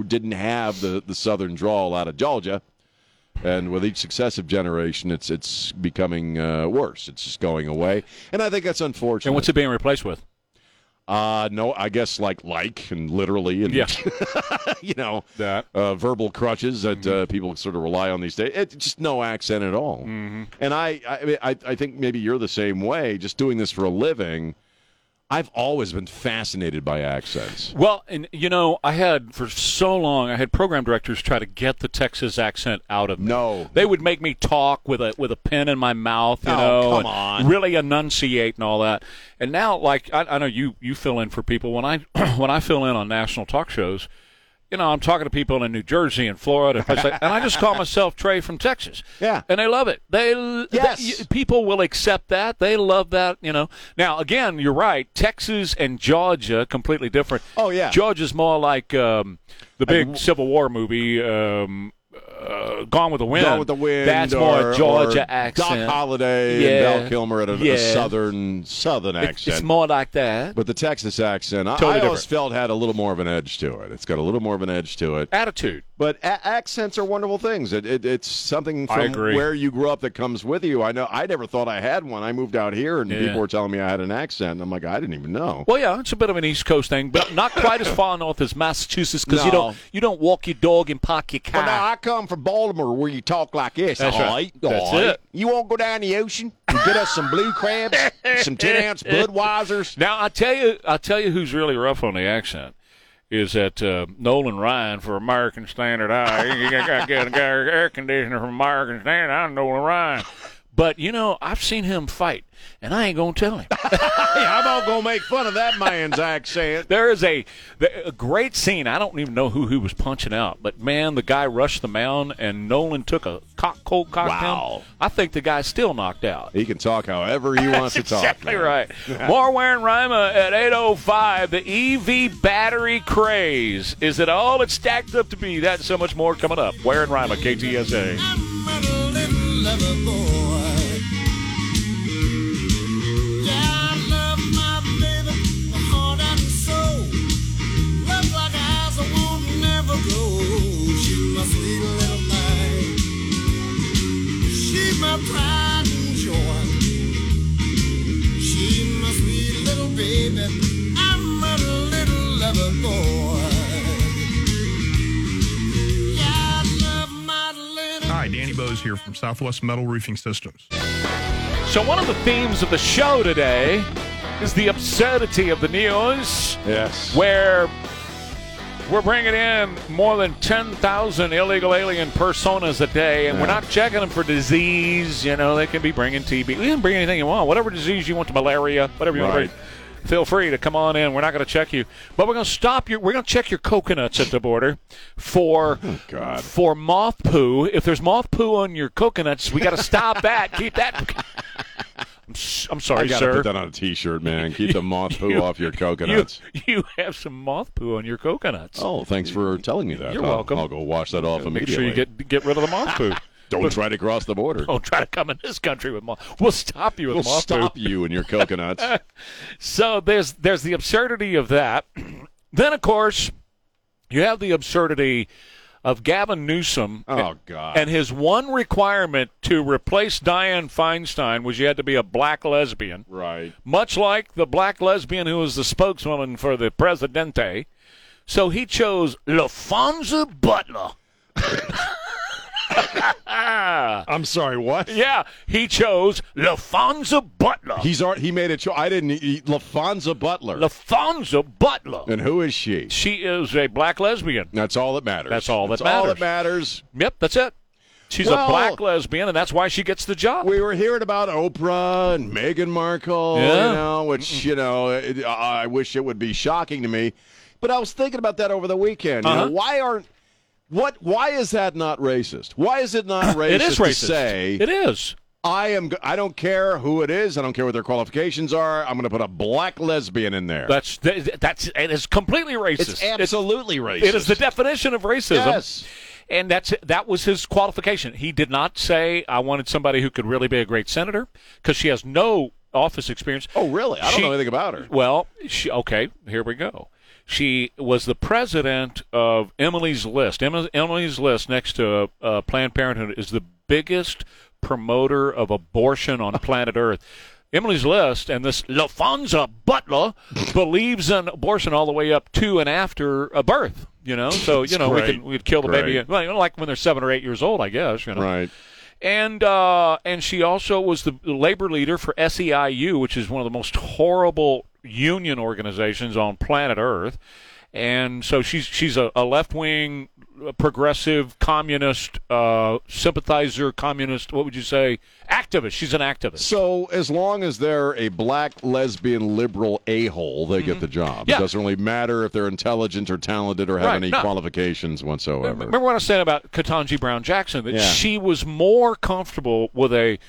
C: didn't have the, the southern drawl out of Georgia. And with each successive generation, it's it's becoming uh, worse. It's just going away, and I think that's unfortunate.
B: And what's it being replaced with?
C: Uh, no, I guess like like and literally and
B: Yeah.
C: [laughs] you know
B: That. Mm-hmm.
C: uh, verbal crutches that uh, people sort of rely on these days. It's just no accent at all.
B: Mm-hmm.
C: And I, I, mean, I, I think maybe you're the same way. Just doing this for a living, I've always been fascinated by accents.
B: Well, and you know, I had for so long, I had program directors try to get the Texas accent out of me.
C: No.
B: they would make me talk with a with a pen in my mouth, you
C: Oh,
B: know,
C: come
B: and
C: on.
B: really enunciate and all that. And now, like I, I know you you fill in for people when I [clears throat] when I fill in on national talk shows. You know, I'm talking to people in New Jersey and Florida, and, places like- and I just call myself Trey from Texas.
C: Yeah.
B: and they love it. They l-
C: Yes.
B: they- y- people will accept that. They love that. You know. Now, again, you're right. Texas and Georgia completely different.
C: Oh, yeah.
B: Georgia's more like um, the big Civil War movie, um, uh, Gone with the Wind.
C: Gone with the wind.
B: That's
C: or,
B: more a Georgia
C: or
B: accent.
C: Doc Holliday and
B: Yeah.
C: Val Kilmer at a, a
B: Yeah.
C: southern southern
B: It-
C: accent.
B: It's more like that.
C: but the Texas accent, I,
B: Totally
C: I always felt had a little more of an edge to it. It's got a little more of an edge to it.
B: Attitude.
C: But a- accents are wonderful things. It, it, it's something
B: I
C: from
B: agree.
C: where you grew up that comes with you. I know. I never thought I had one. I moved out here, and
B: Yeah.
C: people were telling me I had an accent. And I'm like, I didn't even know.
B: Well, yeah, it's a bit of an East Coast thing, but not quite as
C: [laughs]
B: far north as Massachusetts because
C: No.
B: you don't you don't walk your dog and park your car.
C: Well, now I come from Baltimore, where you talk like this.
B: That's right.
C: all right,
B: That's
C: all right.
B: it.
C: You want to go down the ocean and get us some blue crabs, some ten
B: [laughs]
C: ounce Budweisers?
B: Now I tell you, I tell you who's really rough on the accent is that uh, Nolan Ryan for American Standard. I, I got- got- got air conditioner from American Standard. I'm Nolan Ryan. But you know, I've seen him fight, and I ain't gonna tell
C: [laughs]
B: him. [laughs]
C: Hey, I'm not gonna make fun of that man's accent.
B: There is a, the- a great scene. I don't even know who he was punching out, but man, the guy rushed the mound, and Nolan took a cock, cold cock
C: Wow.
B: down. I think the guy's still knocked out.
C: He can talk however he wants to talk.
B: exactly
C: man.
B: right. More wearing Rima at 8.05. The EV battery craze. Is it all it's stacked up to be? That's so much more coming up. Wearing Rima, KTSA.
I: Hi, Danny Bose here from Southwest Metal Roofing Systems.
B: So one of the themes of the show today is the absurdity of the news.
C: Yes.
B: where we're bringing in more than 10,000 illegal alien personas a day, and we're not checking them for disease. You know, they can be bringing TB. You can bring anything you want, whatever disease you want, malaria, whatever you want
C: Right.
B: to bring. Feel free to come on in. We're not going to check you, but we're going to stop your. We're going to check your coconuts at the border
C: [laughs]
B: for
C: Oh, God.
B: for moth poo. If there's moth poo on your coconuts, we got to stop that. Keep
C: [laughs]
B: that. I'm, s- I'm
C: I
B: sorry,
C: gotta
B: sir.
C: put that on a T-shirt, man. Keep the moth
B: [laughs]
C: poo
B: you-
C: off your
B: You,
C: coconuts.
B: you have some moth poo on your coconuts.
C: oh, thanks for telling me that.
B: You're
C: I'll,
B: welcome.
C: I'll go wash that off
B: Make
C: immediately.
B: sure you get get rid of the
C: [laughs]
B: moth poo. [laughs]
C: Don't try to cross the border.
B: Don't try to come in this country with moth. We'll stop you with
C: we'll
B: moth
C: stop
B: poo.
C: you and
B: [laughs]
C: your coconuts.
B: So there's there's the absurdity of that. [clears throat] then of course you have the absurdity of Gavin Newsom.
C: Oh, God.
B: And his one requirement to replace Dianne Feinstein was you had to be a black lesbian.
C: right.
B: much like the black lesbian who was the spokeswoman for the presidente. So he chose LaFonza Butler.
C: I'm sorry. What?
B: Yeah, he chose LaFonza Butler.
C: He's already, he made a choice. I didn't. He, LaFonza Butler.
B: LaFonza Butler.
C: and who is she?
B: She is a black lesbian.
C: That's all that matters.
B: That's all that
C: All
B: matters.
C: that matters.
B: Yep, that's it. She's
C: Well-
B: a black lesbian, and that's why she gets the job.
C: We were hearing about Oprah and Meghan Markle,
B: Yeah.
C: you know, which you know, it, I wish it would be shocking to me, but I was thinking about that over the weekend. You know,
B: Uh-huh.
C: why aren't what? Why is that not racist? Why is it not
B: [laughs]
C: racist,
B: it is racist.
C: to say
B: it is.
C: I am? g- I don't care who it is. I don't care what their qualifications are. I'm going to put a black lesbian in there.
B: That's that, that's it is completely racist.
C: it's absolutely racist.
B: It is the definition of racism.
C: Yes.
B: And that's that was his qualification. He did not say I wanted somebody who could really be a great senator because she has no office experience.
C: Oh, really? I don't
B: She-
C: know anything about her.
B: Well, she, okay, here we go. She was the president of Emily's List. Emily- Emily's List, next to uh, Planned Parenthood, is the biggest promoter of abortion on planet Earth. Emily's List and this LaFonza
C: [laughs]
B: Butler believes in abortion all the way up to and after a birth. You know, so you know we
C: great.
B: can we'd kill the baby
C: Great.
B: well, you know, like when they're seven or eight years old, I guess. You know,
C: right.
B: and uh, and she also was the labor leader for SEIU, which is one of the most horrible union organizations on planet Earth. And so she's she's a, a left wing progressive communist uh, sympathizer, communist. What would you say? Activist. She's an activist.
C: So as long as they're a black lesbian liberal a hole, they get the job.
B: Mm-hmm. Yeah.
C: It doesn't really matter if they're intelligent or talented or have
B: Right,
C: any
B: no.
C: qualifications whatsoever.
B: Remember what I said about Katanji Brown Jackson that
C: Yeah.
B: she was more comfortable with a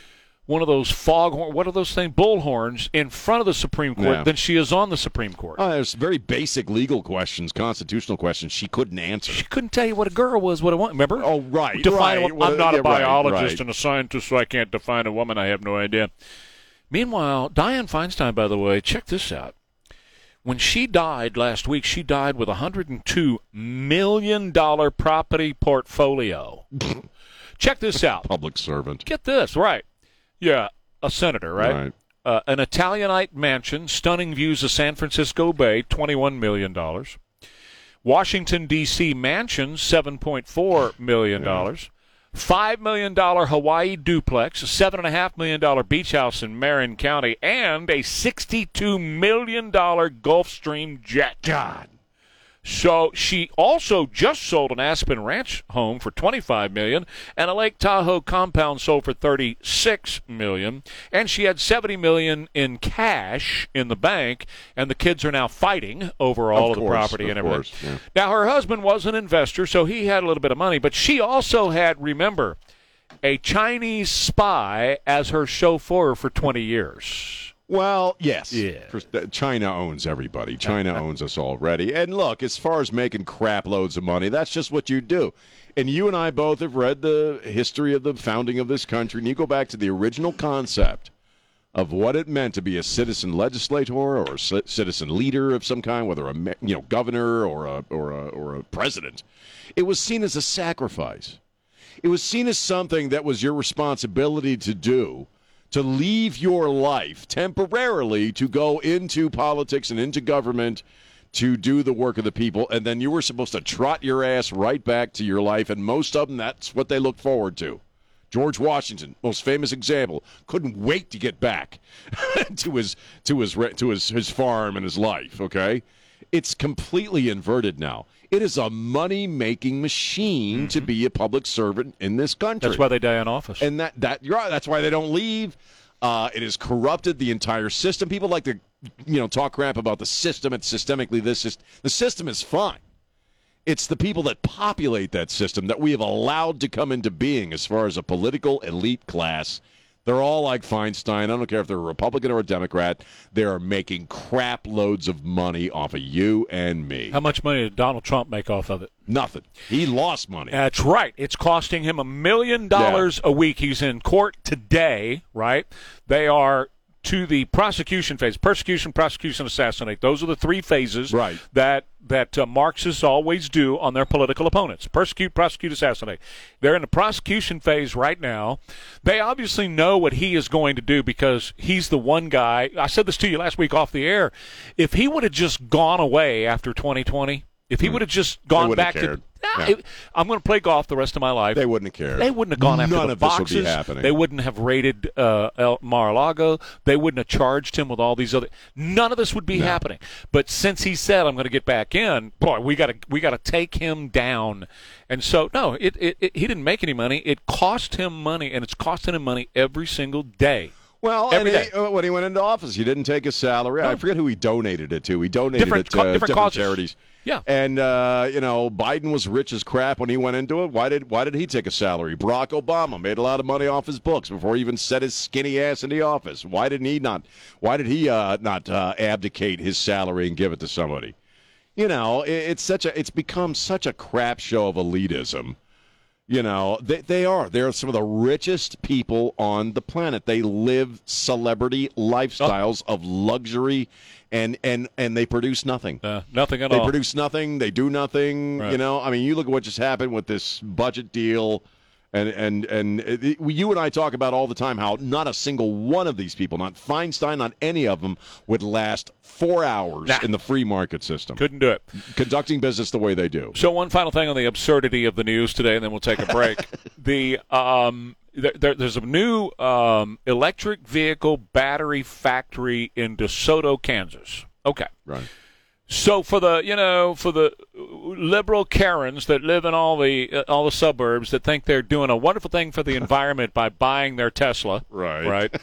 B: one of those foghorn, what are those things, bullhorns in front of the Supreme Court
C: Yeah.
B: than she is on the Supreme Court.
C: Oh, there's very basic legal questions, constitutional questions she couldn't answer.
B: she couldn't tell you what a girl was, what a woman. Remember?
C: Oh, right,
B: Define a
C: right.
B: wo-
C: Well,
B: I'm not
C: yeah,
B: a
C: right,
B: biologist
C: right.
B: and a scientist, so I can't define a woman. I have no idea. Meanwhile, Diane Feinstein, by the way, check this out. When she died last week, she died with a $102 million property
C: [laughs]
B: portfolio. check this out.
C: Public servant.
B: Get this, right. Yeah, a senator, right?
C: Right.
B: Uh, an Italianite mansion, stunning views of San Francisco Bay, $21 million. Washington, D.C. mansion, $7.4 million. $5 million Hawaii duplex, a $7.5 million beach house in Marin County, and a $62 million Gulfstream jet.
C: God.
B: So she also just sold an Aspen Ranch home for 25 million and a Lake Tahoe compound sold for 36 million and she had 70 million in cash in the bank and the kids are now fighting over all of, the
C: course,
B: property
C: of
B: and everything.
C: course, yeah.
B: Now her husband was an investor so he had a little bit of money but she also had remember a Chinese spy as her chauffeur for 20 years.
C: Well, yes. Yeah. China owns everybody. China owns us already. And look, as far as making crap loads of money, that's just what you do. And you and I both have read the history of the founding of this country, and you go back to the original concept of what it meant to be a citizen legislator or a ci- citizen leader of some kind, whether a ma- you know governor or a or a or a president. It was seen as a sacrifice. It was seen as something that was your responsibility to do to leave your life temporarily to go into politics and into government to do the work of the people and then you were supposed to trot your ass right back to your life and most of them that's what they look forward to George Washington, most famous example, couldn't wait to get back [laughs] to his to his re- to his his farm and his life. Okay, it's completely inverted now. It is a money making machine to be a public servant in this country.
B: Mm-hmm. That's why they die in office.
C: and that that you're right. That's why they don't leave. Uh, it has corrupted the entire system. People like to you know talk crap about the system. It's systemically this is the system is fine. It's the people that populate that system that we have allowed to come into being as far as a political elite class. They're all like Feinstein. I don't care if they're a Republican or a Democrat. They are making crap loads of money off of you and me.
B: How much money did Donald Trump make off of it?
C: Nothing. He lost money.
B: That's right. It's costing him a million dollars a week. He's in court today, right? They are to the prosecution phase persecution prosecution assassinate those are the three phases
C: Right.
B: that that uh, marxists always do on their political opponents persecute prosecute assassinate they're in the prosecution phase right now they obviously know what he is going to do because he's the one guy i said this to you last week off the air if he would have just gone away after 2020 if he would have just gone
C: Hmm. wouldn't
B: back
C: have
B: to
C: cared.
B: Ah,
C: Yeah.
B: it- I'm going to play golf the rest of my life.
C: They wouldn't have cared.
B: They wouldn't have gone after
C: None
B: the
C: of this would
B: boxes.
C: be happening.
B: They wouldn't have raided uh, El- Mar-a-Lago. They wouldn't have charged him with all these other. None of this would be happening. But since he said I'm going to get back in, boy, we got to we got to take him down. And so no, it, it, it he didn't make any money. It cost him money, and it's costing him money every single day.
C: Well,
B: Every
C: and
B: day.
C: he- uh, when he went into office, he didn't take his salary. I forget who he donated it to. He donated
B: Different
C: it to
B: co- different
C: different,
B: causes.
C: charities.
B: Yeah.
C: And uh, you know, Biden was rich as crap when he went into it. Why did Why did he take a salary? Barack Obama made a lot of money off his books before he even set his skinny ass into office. Why didn't he not? Why did he uh, not uh, abdicate his salary and give it to somebody? You know, it, it's such a. It's become such a crap show of elitism. You know, they, they are. They're some of the richest people on the planet. They live celebrity lifestyles of luxury and, and, and they produce nothing.
B: Uh, nothing at
C: they
B: all.
C: produce nothing. They do nothing. You
B: Right.
C: know, I mean, you look at what just happened with this budget deal. And, and, and it, you and I talk about all the time how not a single one of these people, not Feinstein, not any of them, would last four hours
B: Nah.
C: in the free market system,
B: Couldn't do it.
C: conducting business the way they do.
B: So one final thing on the absurdity of the news today, and then we'll take a break. the um, there, there, there's a new um, electric vehicle battery factory in DeSoto, Kansas. Okay.
C: Right.
B: So for the you know for the liberal Karens that live in all the uh, all the suburbs that think they're doing a wonderful thing for the environment by buying their Tesla,
C: Right.
B: Right.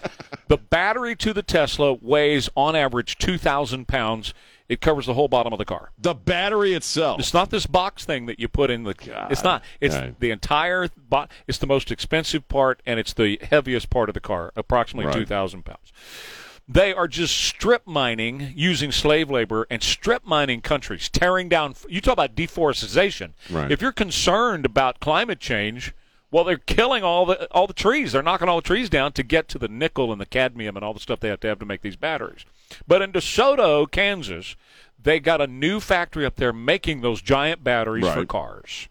B: the battery to the Tesla weighs on average two thousand pounds. It covers the whole bottom of the car.
C: The battery itself.
B: It's not this box thing that you put in the. It's not. It's
C: Right.
B: the entire. Bo- it's the most expensive part, and it's the heaviest part of the car, approximately
C: Right.
B: two thousand pounds. They are just strip mining using slave labor and strip mining countries, tearing down. You talk about deforestation.
C: Right.
B: If you're concerned about climate change, well, they're killing all the all the trees. They're knocking all the trees down to get to the nickel and the cadmium and all the stuff they have to have to make these batteries. But in DeSoto, Kansas, they got a new factory up there making those giant batteries for
C: Right.
B: cars.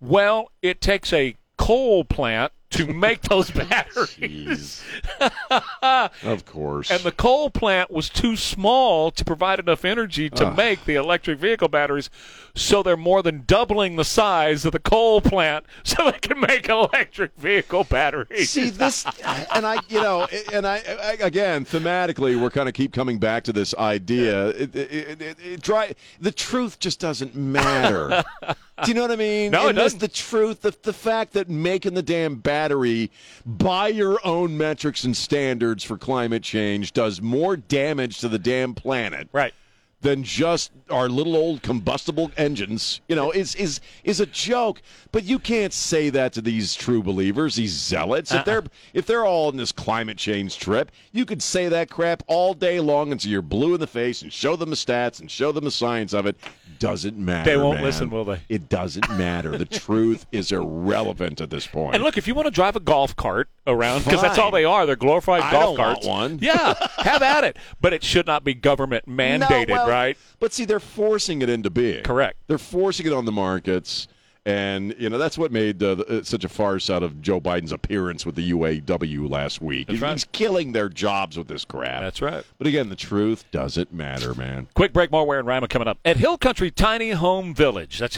B: Well, it takes a coal plant to make those [laughs] batteries.
C: Jeez. of course.
B: And the coal plant was too small to provide enough energy to make the electric vehicle batteries, so they're more than doubling the size of the coal plant [laughs] so they can make electric vehicle batteries.
C: See this, and I, you know, and I, I again, thematically, we're kind of keep coming back to this idea. It, it, it, it, it dry, the truth just
B: [laughs]
C: doesn't matter. Do you know what I mean?
B: No, it
C: And this-
B: doesn't.
C: The truth, the, the fact that making the damn battery by your own metrics and standards for climate change does more damage to the damn planet,
B: Right.
C: than just our little old combustible engines, you know, is is is a joke. But you can't say that to these true believers, these zealots.
B: Uh-uh.
C: If they're if they're all in this climate change trip, you could say that crap all day long until you're blue in the face and show them the stats and show them the science of it. Doesn't matter.
B: They won't
C: man.
B: listen, will they?
C: It doesn't
B: [laughs]
C: matter. The truth is irrelevant at this point.
B: And look, if you want to drive a golf cart around, because that's all
C: Fine.
B: they are, they're glorified
C: I
B: golf
C: don't want
B: carts.
C: one.
B: Yeah, have at
C: [laughs]
B: it. But it should not be government mandated,
C: No, well,
B: right?
C: But see, they're forcing it into being.
B: Correct.
C: They're forcing it on the markets. And, you know, that's what made uh, the, uh, such a farce out of Joe Biden's appearance with the UAW last week. He's,
B: right.
C: he's killing their jobs with this crap.
B: That's right.
C: But again, the truth doesn't matter, man.
B: Quick break, more Ware and Rima coming up. At Hill Country Tiny Home Village, that's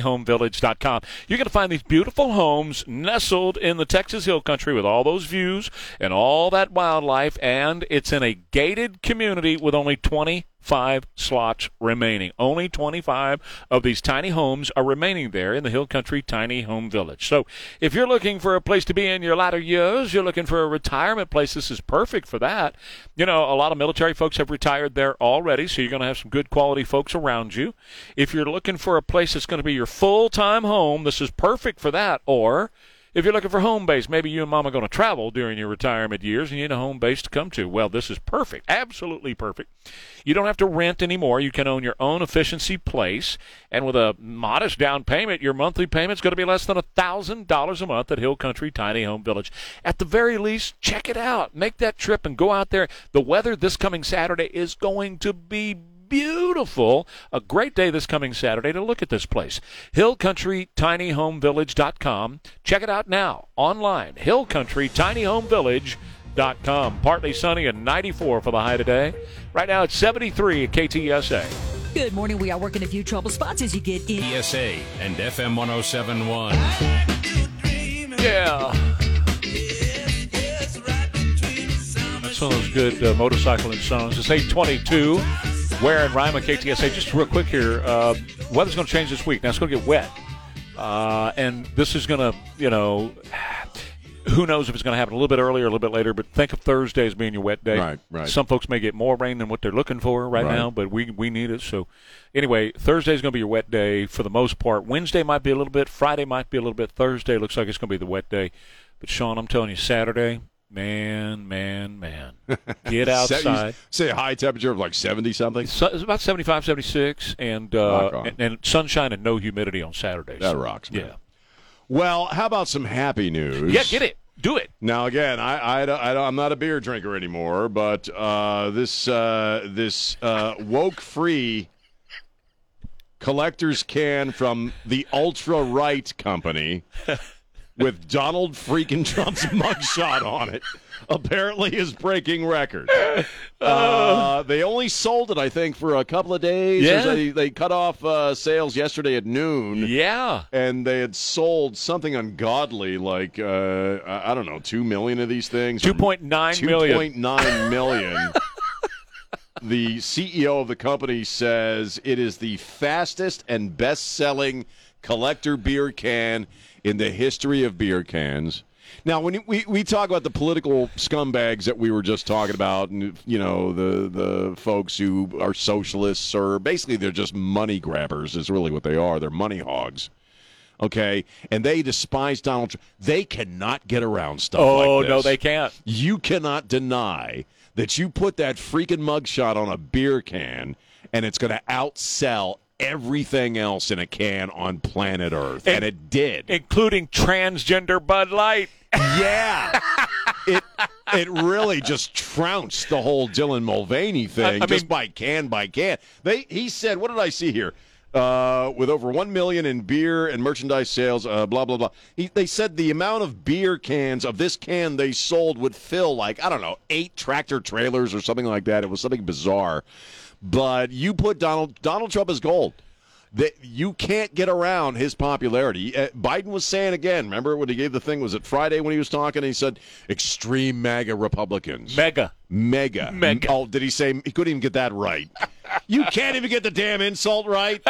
B: hillcountrytinyhomevillage.com, you're going to find these beautiful homes nestled in the Texas Hill Country with all those views and all that wildlife, and it's in a gated community with only 25 slots remaining. Only 25 of these tiny homes are remaining there in the Hill Country Tiny Home Village. So if you're looking for a place to be in your latter years, you're looking for a retirement place, this is perfect for that. You know, a lot of military folks have retired there already, so you're going to have some good quality folks around you. If you're looking for a place that's going to be your full time home, this is perfect for that. Or if you're looking for home base, maybe you and mom are going to travel during your retirement years and you need a home base to come to. Well, this is perfect. Absolutely perfect. You don't have to rent anymore. You can own your own efficiency place. And with a modest down payment, your monthly payment's going to be less than $1,000 a month at Hill Country Tiny Home Village. At the very least, check it out. Make that trip and go out there. The weather this coming Saturday is going to be beautiful. A great day this coming Saturday to look at this place. HillCountryTinyHomeVillage.com. Check it out now online. HillCountryTinyHomeVillage.com. Partly sunny and 94 for the high today. Right now it's 73 at KTSA.
F: Good morning. We are working a few trouble spots as you get in.
D: PSA and FM 1071.
B: Yeah. That's one of those good uh, motorcycling songs. It's 822. Where in Rima, KTSA. Just real quick here. Uh, weather's going to change this week. Now it's going to get wet. Uh, and this is going to, you know, [sighs] who knows if it's going to happen a little bit earlier, a little bit later, but think of Thursday as being your wet day.
C: Right, right.
B: Some folks may get more rain than what they're looking for right,
C: Right.
B: now, but we, we need it. So, anyway, Thursday's going to be your wet day for the most part. Wednesday might be a little bit, Friday might be a little bit, Thursday looks like it's going to be the wet day. But, Sean, I'm telling you, Saturday, man, man,
C: [laughs]
B: man, get
C: Se- you
B: outside.
C: Say a high temperature of like 70 something.
B: So it's about 75, 76, and, uh,
C: Rock on.
B: and, and sunshine and no humidity on Saturday.
C: That
B: So,
C: rocks, man.
B: Yeah.
C: Well, how about some happy news?
B: Yeah, get it. Do it.
C: Now again, I, I, don't- I, am not a beer drinker anymore, but uh, this uh, this uh, woke free collector's can from the ultra right company with Donald freaking Trump's [laughs] mugshot on it apparently is breaking records. Uh, they only sold it, I think, for a couple of days.
B: Yeah.
C: They, they cut off uh, sales yesterday at noon
B: Yeah.
C: and they had sold something ungodly like uh, I I don't know, two million of these things.
B: Two point nine
C: Two
B: million.
C: point
B: [laughs]
C: nine million. the CEO of the company says it is the fastest and best-selling collector beer can in the history of beer cans. Now, when we, we talk about the political scumbags that we were just talking about, and you know the the folks who are socialists or basically they're just money grabbers is really what they are. They're money hogs okay? And they despise Donald Trump. They cannot get around stuff
B: Oh
C: like this.
B: no, they can't.
C: You cannot deny that you put that freaking mugshot on a beer can and it's going to outsell everything else in a can on planet Earth. And,
B: And-
C: it did.
B: including transgender Bud Light.
C: [laughs] yeah. it it really just trounced the whole Dylan Mulvaney thing
B: I
C: just
B: mean-
C: by can by can. They he said, what did I see here? uh, with over one million in beer and merchandise sales. Uh, blah blah blah. He, they said the amount of beer cans of this can they sold would fill like I don't know eight tractor trailers or something like that. It was something bizarre. But you put Donald Donald Trump is gold. That you can't get around his popularity. Uh, Biden was saying again. Remember when he gave the thing? Was it Friday when he was talking? He said extreme MAGA Republicans.
B: Mega.
C: Mega.
B: Mega.
C: Oh, did he say he couldn't even get that right?
B: [laughs]
C: you can't even get the damn insult right.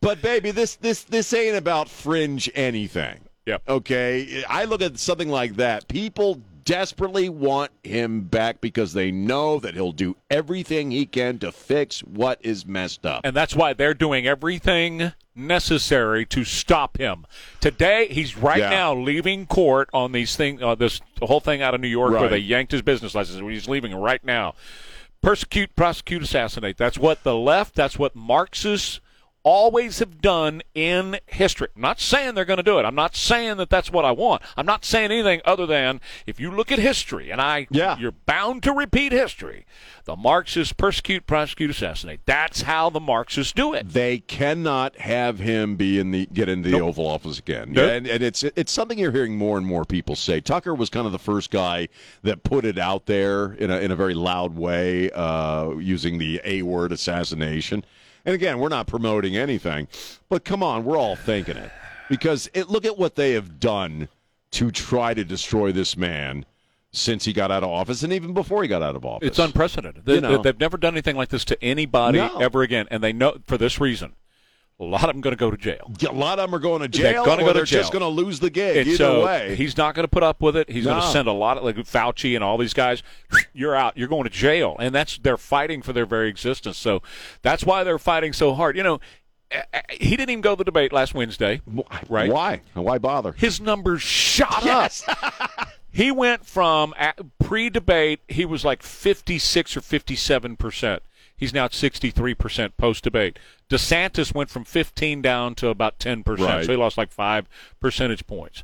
C: but baby, this this this ain't about fringe anything.
B: Yep.
C: Okay. I look at something like that. People desperately want him back because they know that he'll do everything he can to fix what is messed up.
B: And that's why they're doing everything necessary to stop him. Today, he's right
C: Yeah.
B: now leaving court on these thing, uh, this whole thing out of New York where
C: Right.
B: they yanked his business license. He's leaving right now. Persecute, prosecute, assassinate. That's what the left. That's what Marxists always have done in history. I'm not saying they're going to do it. I'm not saying that that's what I want. I'm not saying anything other than if you look at history, and I,
C: Yeah.
B: you're bound to repeat history. The Marxists persecute, prosecute, assassinate. That's how the Marxists do it.
C: they cannot have him be in the get into the Oval Office again.
B: Nope.
C: And, and it's it's something you're hearing more and more people say. Tucker was kind of the first guy that put it out there in a in a very loud way, uh, using the A word assassination. And again, we're not promoting anything, but come on, we're all thinking it because it, look at what they have done to try to destroy this man since he got out of office and even before he got out of office.
B: It's unprecedented. They,
C: You know.
B: They've never done anything like this to anybody
C: No.
B: ever again, and they know for this reason. A lot of them going to go to jail.
C: a lot of them are going to
B: They're
C: jail,
B: gonna
C: or
B: go to
C: they're just
B: jail.
C: going to lose the gig.
B: And
C: Either
B: so
C: way,
B: he's not going to put up with it. He's going to
C: No.
B: send a lot of like Fauci and all these guys. [sniffs] You're out. You're going to jail, and that's they're fighting for their very existence. So that's why they're fighting so hard. You know, eh, eh, he didn't even go to the debate last Wednesday, right?
C: Why? Why [laughs] bother?
B: His numbers shot up. he went from at pre-debate, he was like 56 or 57 percent. He's now at 63 percent post-debate. DeSantis went from 15 down to about 10 percent,
C: Right.
B: so he lost like five percentage points.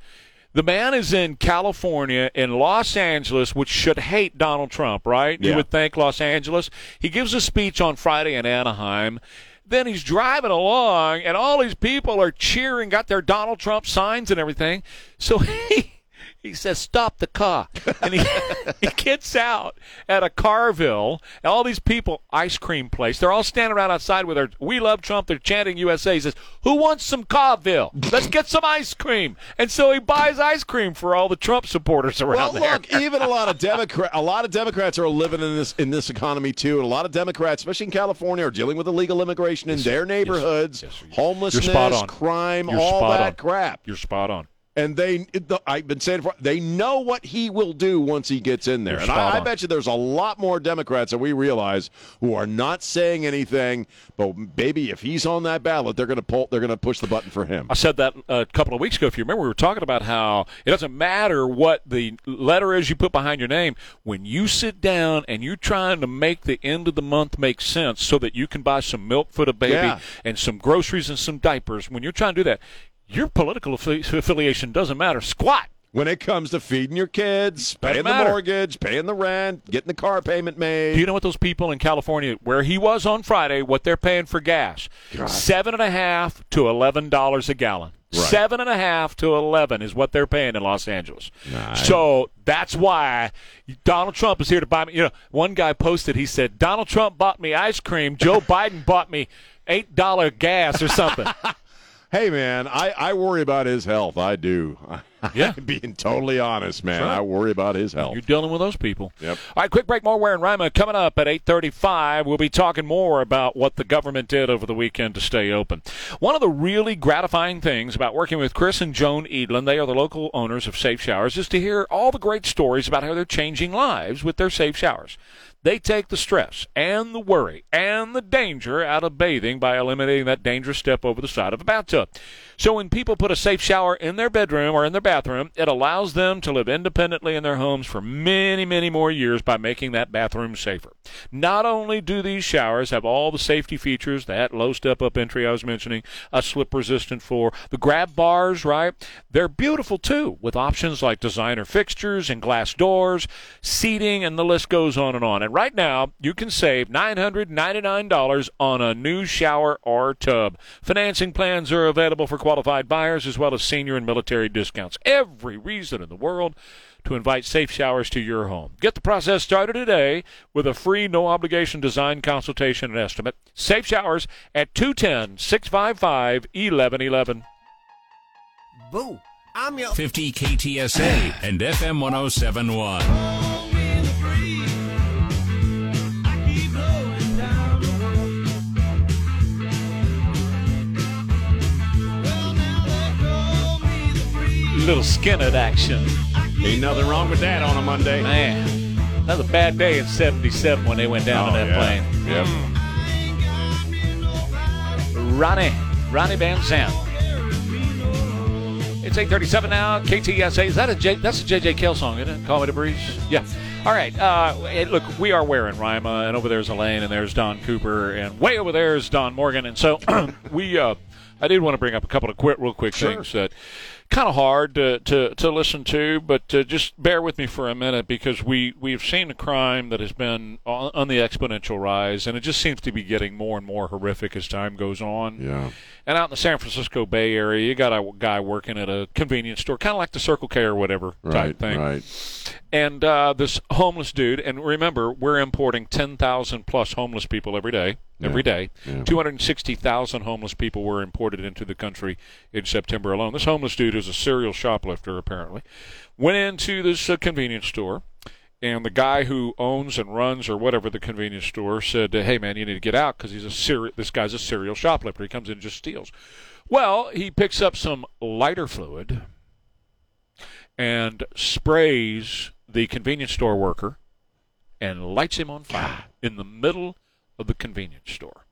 B: The man is in California, in Los Angeles, which should hate Donald Trump, right? You
C: Yeah.
B: would think Los Angeles. He gives a speech on Friday in Anaheim. Then he's driving along, and all these people are cheering, got their Donald Trump signs and everything. So [laughs] he he says, "Stop the car," and he [laughs] he gets out at a Carville. and All these people, ice cream place. They're all standing around outside with their "We love Trump." They're chanting USA. He says, "Who wants some Carville? Let's get some ice cream." And so he buys ice cream for all the Trump supporters [laughs]
C: well,
B: around there.
C: look, even
B: [laughs]
C: a lot of Democrat, a lot of Democrats are living in this in this economy too, and a lot of Democrats, especially in California, are dealing with illegal immigration in their neighborhoods,
B: Yes, sir.
C: homelessness,
B: You're spot on.
C: crime,
B: You're
C: all
B: spot
C: that
B: on.
C: crap.
B: You're spot on.
C: and they, it- the, I've been saying for, they know what he will do once he gets in there,
B: You're
C: and
B: spot
C: I, I
B: on.
C: bet you there's a lot more Democrats than we realize who are not saying anything. But baby, if he's on that ballot, they're gonna pull, they're gonna push the button for him.
B: I said that uh, a couple of weeks ago. If you remember, we were talking about how it doesn't matter what the letter is you put behind your name. When you sit down and you're trying to make the end of the month make sense so that you can buy some milk for the baby
C: Yeah.
B: and some groceries and some diapers, when you're trying to do that, your political affi- affiliation doesn't matter. Squat.
C: when it comes to feeding your kids,
B: Doesn't
C: paying the
B: matter.
C: mortgage, paying the rent, getting the car payment made.
B: Do you know what those people in California, where he was on Friday, what they're paying for gas? Seven and a half to eleven dollars a gallon.
C: Right.
B: Seven and a half to eleven is what they're paying in Los Angeles. So that's why Donald Trump is here to buy me. You know, one guy posted. He said Donald Trump bought me ice cream. Joe Biden bought me eight dollar gas or something.
C: hey, man, I, I worry about his health. I do. [laughs]
B: Yeah.
C: Being totally honest, man,
B: That's right.
C: I worry about his health.
B: You're dealing with those people.
C: Yep.
B: All right, quick break. More Ware and Rima coming up at 8:35. We'll be talking more about what the government did over the weekend to stay open. One of the really gratifying things about working with Chris and Joan Edlin, they are the local owners of Safe Showers, is to hear all the great stories about how they're changing lives with their Safe Showers. They take the stress and the worry and the danger out of bathing by eliminating that dangerous step over the side of a bathtub. So when people put a safe shower in their bedroom or in their bathroom, bathroom, it allows them to live independently in their homes for many, many more years by making that bathroom safer. Not only do these showers have all the safety features, that low step up entry I was mentioning, a slip resistant floor, the grab bars, right? They're beautiful too, with options like designer fixtures and glass doors, seating, and the list goes on and on. And right now, you can save $999 on a new shower or tub. Financing plans are available for qualified buyers as well as senior and military discounts. Every reason in the world to invite safe showers to your home. Get the process started today with a free no obligation design consultation and estimate. Safe showers at 210 655 1111.
J: Boo. I'm your
D: 50 KTSA and FM 1071.
B: Little skinhead action.
C: Ain't nothing wrong with that on a Monday.
B: Man, that was a bad day in 77 when they went down in that plane.
C: Oh, Yep.
B: Ronnie, Ronnie Van Zant. It's 8:37 now. KTSA. Is that a J? That's a JJ Kell song, isn't it? Call me the breeze. Yeah. All right. Uh, hey, look, we are wearing Rima, and over there's Elaine, and there's Don Cooper, and way over there is Don Morgan, and so [clears throat] we. Uh, I did want to bring up a couple of quick, real quick things that kind of hard to, to, to listen to, but uh, just bear with me for a minute because we we have seen a crime that has been on, on the exponential rise, and it just seems to be getting more and more horrific as time goes on.
C: Yeah.
B: And out in the San Francisco Bay Area, you got a guy working at a convenience store, kind of like the Circle K or whatever
C: Right.
B: type thing.
C: Right.
B: And uh, this homeless dude, and remember, we're importing 10,000 plus homeless people every day. Every day, 260,000 homeless people were imported into the country in September alone. This homeless dude is a serial shoplifter, apparently. Went into this uh, convenience store, and the guy who owns and runs or whatever the convenience store said, uh, "Hey man, you need to get out because he's a seri- this guy's a serial shoplifter. He comes in and just steals." Well, he picks up some lighter fluid and sprays the convenience store worker and lights him on fire in the middle of the convenience store.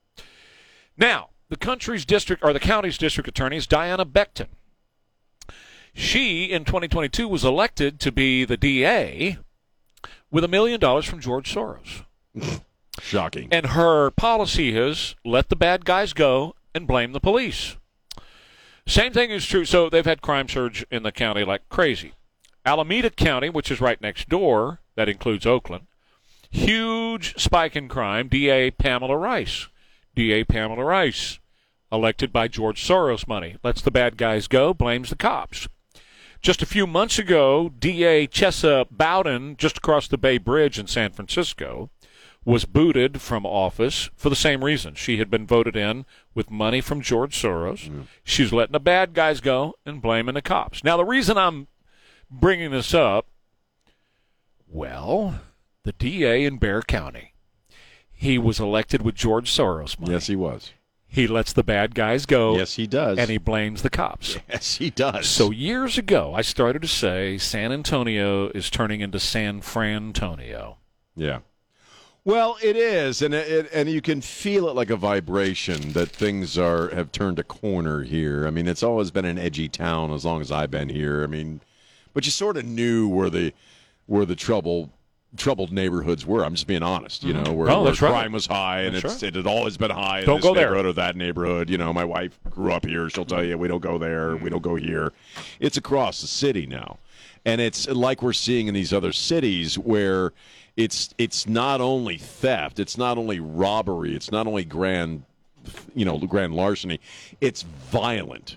B: Now, the country's district or the county's district attorney is Diana Beckton. She in 2022 was elected to be the DA with a million dollars from George Soros.
C: Shocking.
B: And her policy is let the bad guys go and blame the police. Same thing is true. So they've had crime surge in the county like crazy. Alameda County, which is right next door, that includes Oakland, huge spike in crime. DA Pamela Rice. DA Pamela Rice, elected by George Soros money, lets the bad guys go, blames the cops. Just a few months ago, DA Chesa Bowden, just across the Bay Bridge in San Francisco, was booted from office for the same reason. She had been voted in with money from George Soros. She's letting the bad guys go and blaming the cops. Now, the reason I'm bringing this up, well, the DA in Bear County, he was elected with George Soros money.
C: yes, he was.
B: He lets the bad guys go.
C: Yes, he does.
B: Oh. And he blames the cops.
C: [laughs] Yes, he does.
B: So years ago, I started to say San Antonio is turning into San Frantonio.
C: Yeah. Well, it is, and it, it, and you can feel it like a vibration that things are have turned a corner here. I mean, it's always been an edgy town as long as I've been here. I mean, but you sort of knew where the where the trouble troubled neighborhoods were. I'm just being honest, you know, where,
B: Oh,
C: where
B: that's right.
C: crime was high, and
B: That's
C: it's,
B: right.
C: it had always been high. In
B: Don't
C: this
B: go there.
C: neighborhood or that neighborhood. You know, my wife grew up here. She'll tell you we don't go there. We don't go here. It's across the city now, and it's like we're seeing in these other cities where it's it's not only theft, it's not only robbery, it's not only grand, you know, grand larceny. It's violent,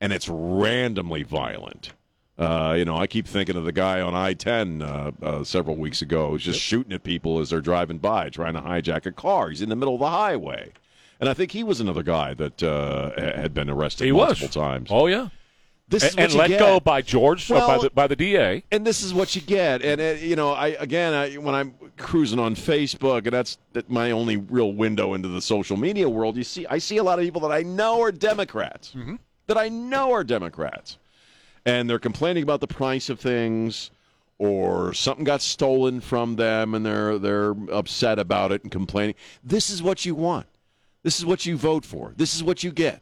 C: and it's randomly violent. Uh, you know, I keep thinking of the guy on I 10 uh, uh, several weeks ago who's just shooting at people as they're driving by, trying to hijack a car. He's in the middle of the highway. And I think he was another guy that uh, ha- had been arrested
B: He was.
C: multiple times.
B: Oh, yeah.
C: This
B: And,
C: is what
B: and
C: you
B: let
C: get.
B: go by George, or by
C: Well-
B: the, by the DA.
C: And this is what you get. And it, you know, I again, I, when I'm cruising on Facebook, and that's that my only real window into the social media world. You see, I see a lot of people that I know are Democrats,
B: Mm-hmm.
C: that I know are Democrats, and they're complaining about the price of things, or something got stolen from them, and they're they're upset about it and complaining. This is what you want. This is what you vote for. This is what you get.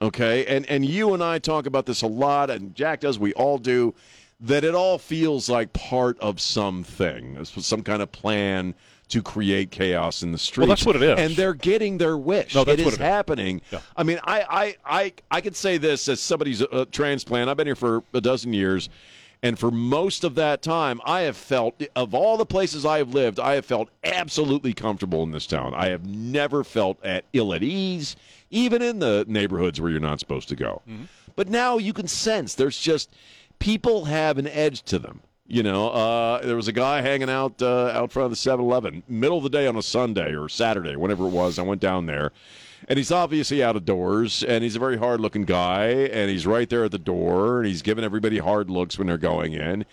C: okay and and you and i talk about this a lot and jack does we all do that it all feels like part of something It's some kind of plan to create chaos in the streets
B: what it is.
C: and they're getting their wish
B: No, that's
C: it
B: what
C: is
B: it is.
C: happening
B: Yeah.
C: i mean i i i, I could say this as somebody's a, a transplant i've been here for a dozen years and for most of that time, I have felt, of all the places I have lived, I have felt absolutely comfortable in this town. I have never felt at ill at ease, even in the neighborhoods where you're not supposed to go. But now you can sense there's just people have an edge to them. You know, uh, there was a guy hanging out uh, out front of the 7 Eleven, middle of the day on a Sunday or Saturday, whenever it was. I went down there, and he's obviously out of doors, and he's a very hard looking guy, and he's right there at the door, and he's giving everybody hard looks when they're going in.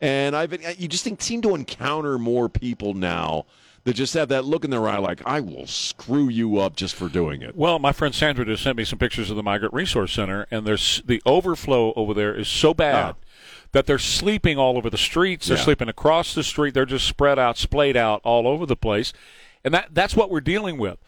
C: And I've been, you just think, seem to encounter more people now that just have that look in their eye like, I will screw you up just for doing it.
B: Well, my friend Sandra just sent me some pictures of the Migrant Resource Center, and there's the overflow over there is so bad that they're sleeping all over the streets. They're
C: Yeah.
B: sleeping across the street. They're just spread out, splayed out all over the place, and that that's what we're dealing with.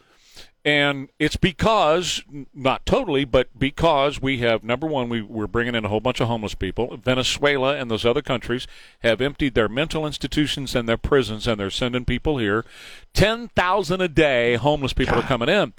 B: And it's because, n- not totally, but because we have, number one, we, we're bringing in a whole bunch of homeless people. Venezuela and those other countries have emptied their mental institutions and their prisons, and they're sending people here. 10,000 a day homeless people are coming in.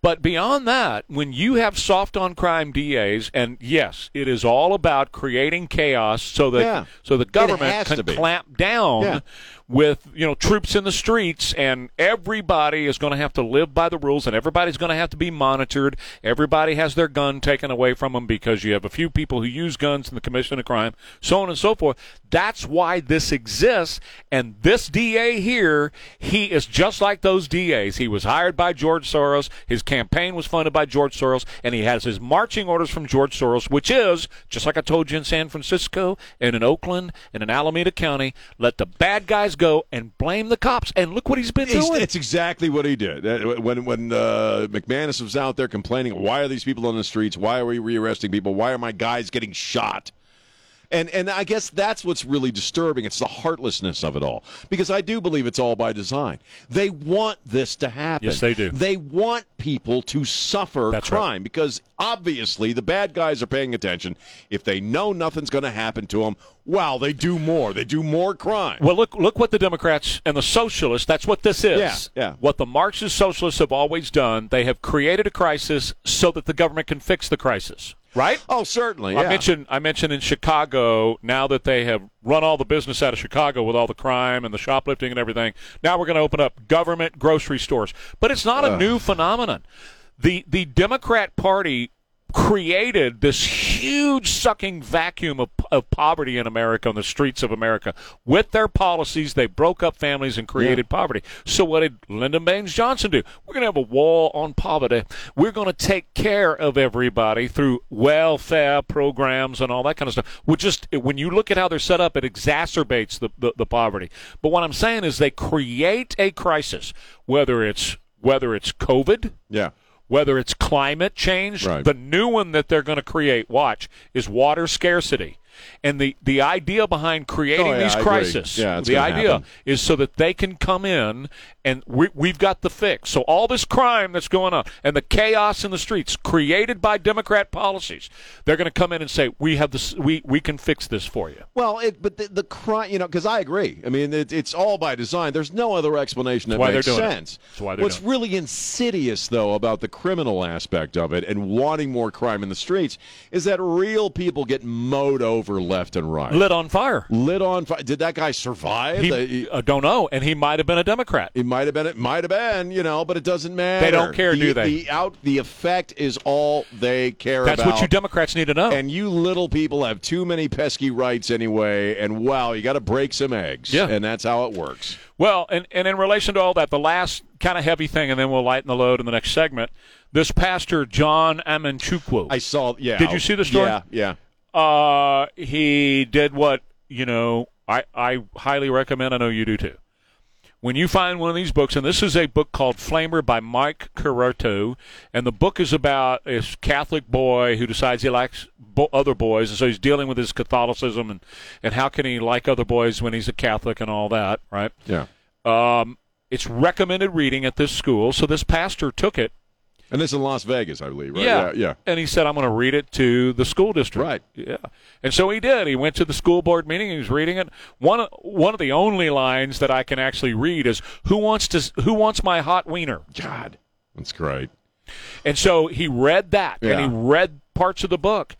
B: But beyond that, when you have soft on crime DAs, and yes, it is all about creating chaos so that
C: Yeah.
B: so the
C: has
B: government
C: to
B: can
C: be.
B: clamp down
C: Yeah.
B: with you know troops in the streets and everybody is going to have to live by the rules and everybody's going to have to be monitored everybody has their gun taken away from them because you have a few people who use guns in the commission of crime so on and so forth that's why this exists and this DA here he is just like those DAs he was hired by George Soros his campaign was funded by George Soros and he has his marching orders from George Soros which is just like I told you in San Francisco and in Oakland and in Alameda County let the bad guys go and blame the cops and look what he's been
C: He's-
B: doing
C: It's exactly what he did. Uh, When when uh, McManus was out there complaining, why are these people on the streets? Why are we rearresting people? Why are my guys getting shot? And and I guess that's what's really disturbing. It's the heartlessness of it all. Because I do believe it's all by design. They want this to happen.
B: Yes, they do.
C: They want people to suffer
B: That's right.
C: crime because obviously the bad guys are paying attention. If they know nothing's going to happen to them, wow, they do more. They do more crime.
B: Well, look look what the Democrats and the socialists, that's what this is.
C: Yeah, yeah.
B: What the Marxist socialists have always done, they have created a crisis so that the government can fix the crisis. Right?
C: oh, certainly.
B: I
C: yeah.
B: mentioned I mentioned in Chicago now that they have run all the business out of Chicago with all the crime and the shoplifting and everything. Now we're going to open up government grocery stores, but it's not a new phenomenon. the The Democrat Party created this huge sucking vacuum of, of poverty in America on the streets of America with their policies they broke up families and created poverty so what did Lyndon Baines Johnson do we're going to have a wall on poverty we're going to take care of everybody through welfare programs and all that kind of stuff which just when you look at how they're set up it exacerbates the, the, the poverty but what I'm saying is they create a crisis whether it's whether it's COVID
C: Yeah.
B: whether it's climate change,
C: Right.
B: the new one that they're going to create, watch, is water scarcity. And the, the idea behind creating
C: Oh, yeah,
B: these
C: I agree.
B: crises,
C: Yeah, it's
B: the
C: gonna
B: idea
C: happen.
B: is so that they can come in and we, we've got the fix. So all this crime that's going on and the chaos in the streets created by Democrat policies, they're going to come in and say, we, have this, we, we can fix this for you.
C: Well, it, but the, the crime, you know, because I agree. I mean, it, it's all by design. There's no other explanation that
B: That's why
C: makes
B: they're doing it.
C: sense.
B: That's why they're
C: What's
B: doing
C: really insidious, though, about the criminal aspect of it and wanting more crime in the streets is that real people get mowed over left and right.
B: Lit on fire.
C: Lit on fire. Did that guy survive?
B: He,
C: Uh, he,
B: I don't know. And he might have been a Democrat.
C: it might have been. It might have been. You know, but it doesn't matter.
B: They don't care,
C: the,
B: do they?
C: The out. The effect is all they care
B: That's
C: about.
B: what you Democrats need to know.
C: [laughs] And you little people have too many pesky rights anyway. And wow, you got to break some eggs.
B: Yeah.
C: And that's how it works.
B: Well, and, and in relation to all that, the last kind of heavy thing, and then we'll lighten the load in the next segment. This pastor, John Amanchukwu,
C: I saw. Yeah.
B: Did you see the story?
C: Yeah. Yeah.
B: uh, he did what, you know, I, I highly recommend. I know you do too. When you find one of these books, and this is a book called Flamer by Mike Curto, and the book is about this Catholic boy who decides he likes bo- other boys, and so he's dealing with his Catholicism and, and how can he like other boys when he's a Catholic and all that, right?
C: Yeah.
B: Um, it's recommended reading at this school, so this pastor took it
C: And this is in Las Vegas, I believe, right?
B: Yeah.
C: yeah. yeah.
B: And he said, I'm going to read it to the school district.
C: Right.
B: Yeah. And so he did. He went to the school board meeting. He was reading it. One of- one of the only lines that I can actually read is, "Who wants to? Who wants my hot wiener?"
C: God, that's great.
B: And so he read that, and
C: Yeah.
B: he read parts of the book.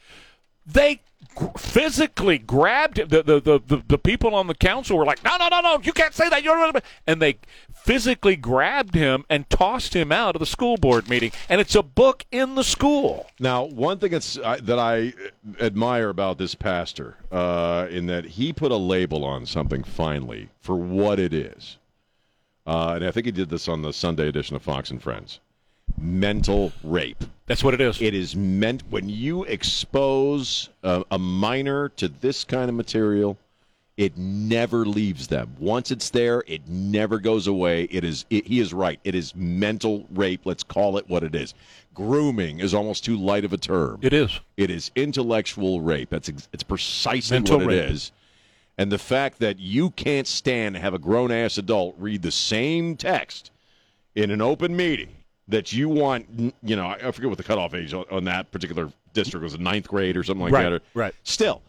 B: They gr- physically grabbed him. The, the the the the people on the council were like, "No, no, no, no! You can't say that!" You're and they physically grabbed him and tossed him out of the school board meeting. And it's a book in the school.
C: Now, one thing that's, I that I admire about this pastor, uh, in that he put a label on something finally for what it is, uh, and I think he did this on the Sunday edition of Fox and Friends. Mental rape.
B: That's what it is.
C: It is meant when you expose a, a minor to this kind of material, it never leaves them. Once it's there, it never goes away. It is. It, he is right. It is mental rape. Let's call it what it is. Grooming is almost too light of a term.
B: It is.
C: It is intellectual rape. That's ex- it's precisely
B: Mental
C: what
B: rape.
C: it is. And the fact that you can't stand to have a grown ass adult read the same text in an open meeting that you want, you know, I I forget what the cutoff age on, on that particular district was, ninth grade or something like
B: Right,
C: that. or-
B: right.
C: Still,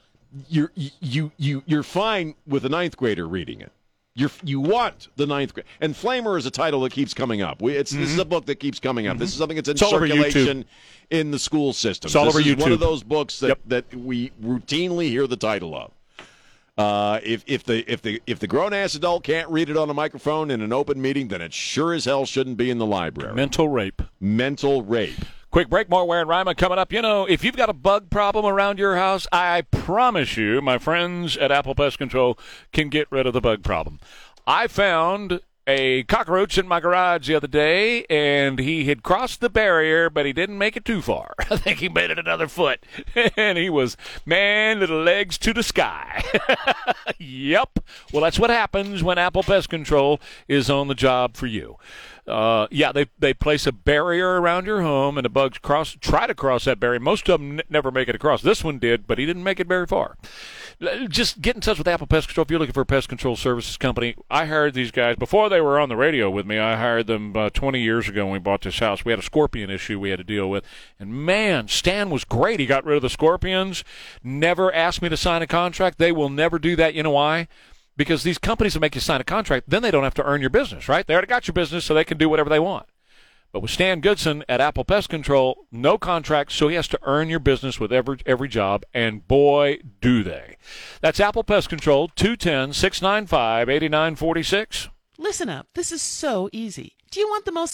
C: you're you you you're fine with a ninth grader reading it. You're, you want the ninth grade, and Flamer is a title that keeps coming up. We, it's this is a book that keeps coming up. This is something that's in
B: Mm-hmm. It's all over YouTube.
C: circulation in the school system.
B: It's all
C: this
B: over
C: is One
B: YouTube.
C: of those books that,
B: Yep.
C: that we routinely hear the title of. Uh, if if the if the if the grown ass adult can't read it on a microphone in an open meeting, then it sure as hell shouldn't be in the library.
B: Mental rape.
C: Mental rape.
B: Quick break, more Ware and Ryman coming up. You know, if you've got a bug problem around your house, I promise you, my friends at Apple Pest Control can get rid of the bug problem. I found a cockroach in my garage the other day, and he had crossed the barrier, but he didn't make it too far. [laughs] I think he made it another foot, [laughs] and he was, man, little legs to the sky. yep. Well, that's what happens when Apple Pest Control is on the job for you. Uh, yeah, they they place a barrier around your home, and the bugs cross try to cross that barrier. Most of them n- never make it across. This one did, but he didn't make it very far. L- Just get in touch with Apple Pest Control if you're looking for a pest control services company. I hired these guys before they were on the radio with me. I hired them uh, 20 years ago when we bought this house. We had a scorpion issue we had to deal with, and man, Stan was great. He got rid of the scorpions. Never asked me to sign a contract. They will never do that. You know why? because these companies that make you sign a contract, then they don't have to earn your business, right? They already got your business, so they can do whatever they want. But with Stan Goodson at Apple Pest Control, no contract, so he has to earn your business with every every job, and boy, do they. That's Apple Pest Control, 210 695 8946.
K: Listen up. This is so easy. Do you want the most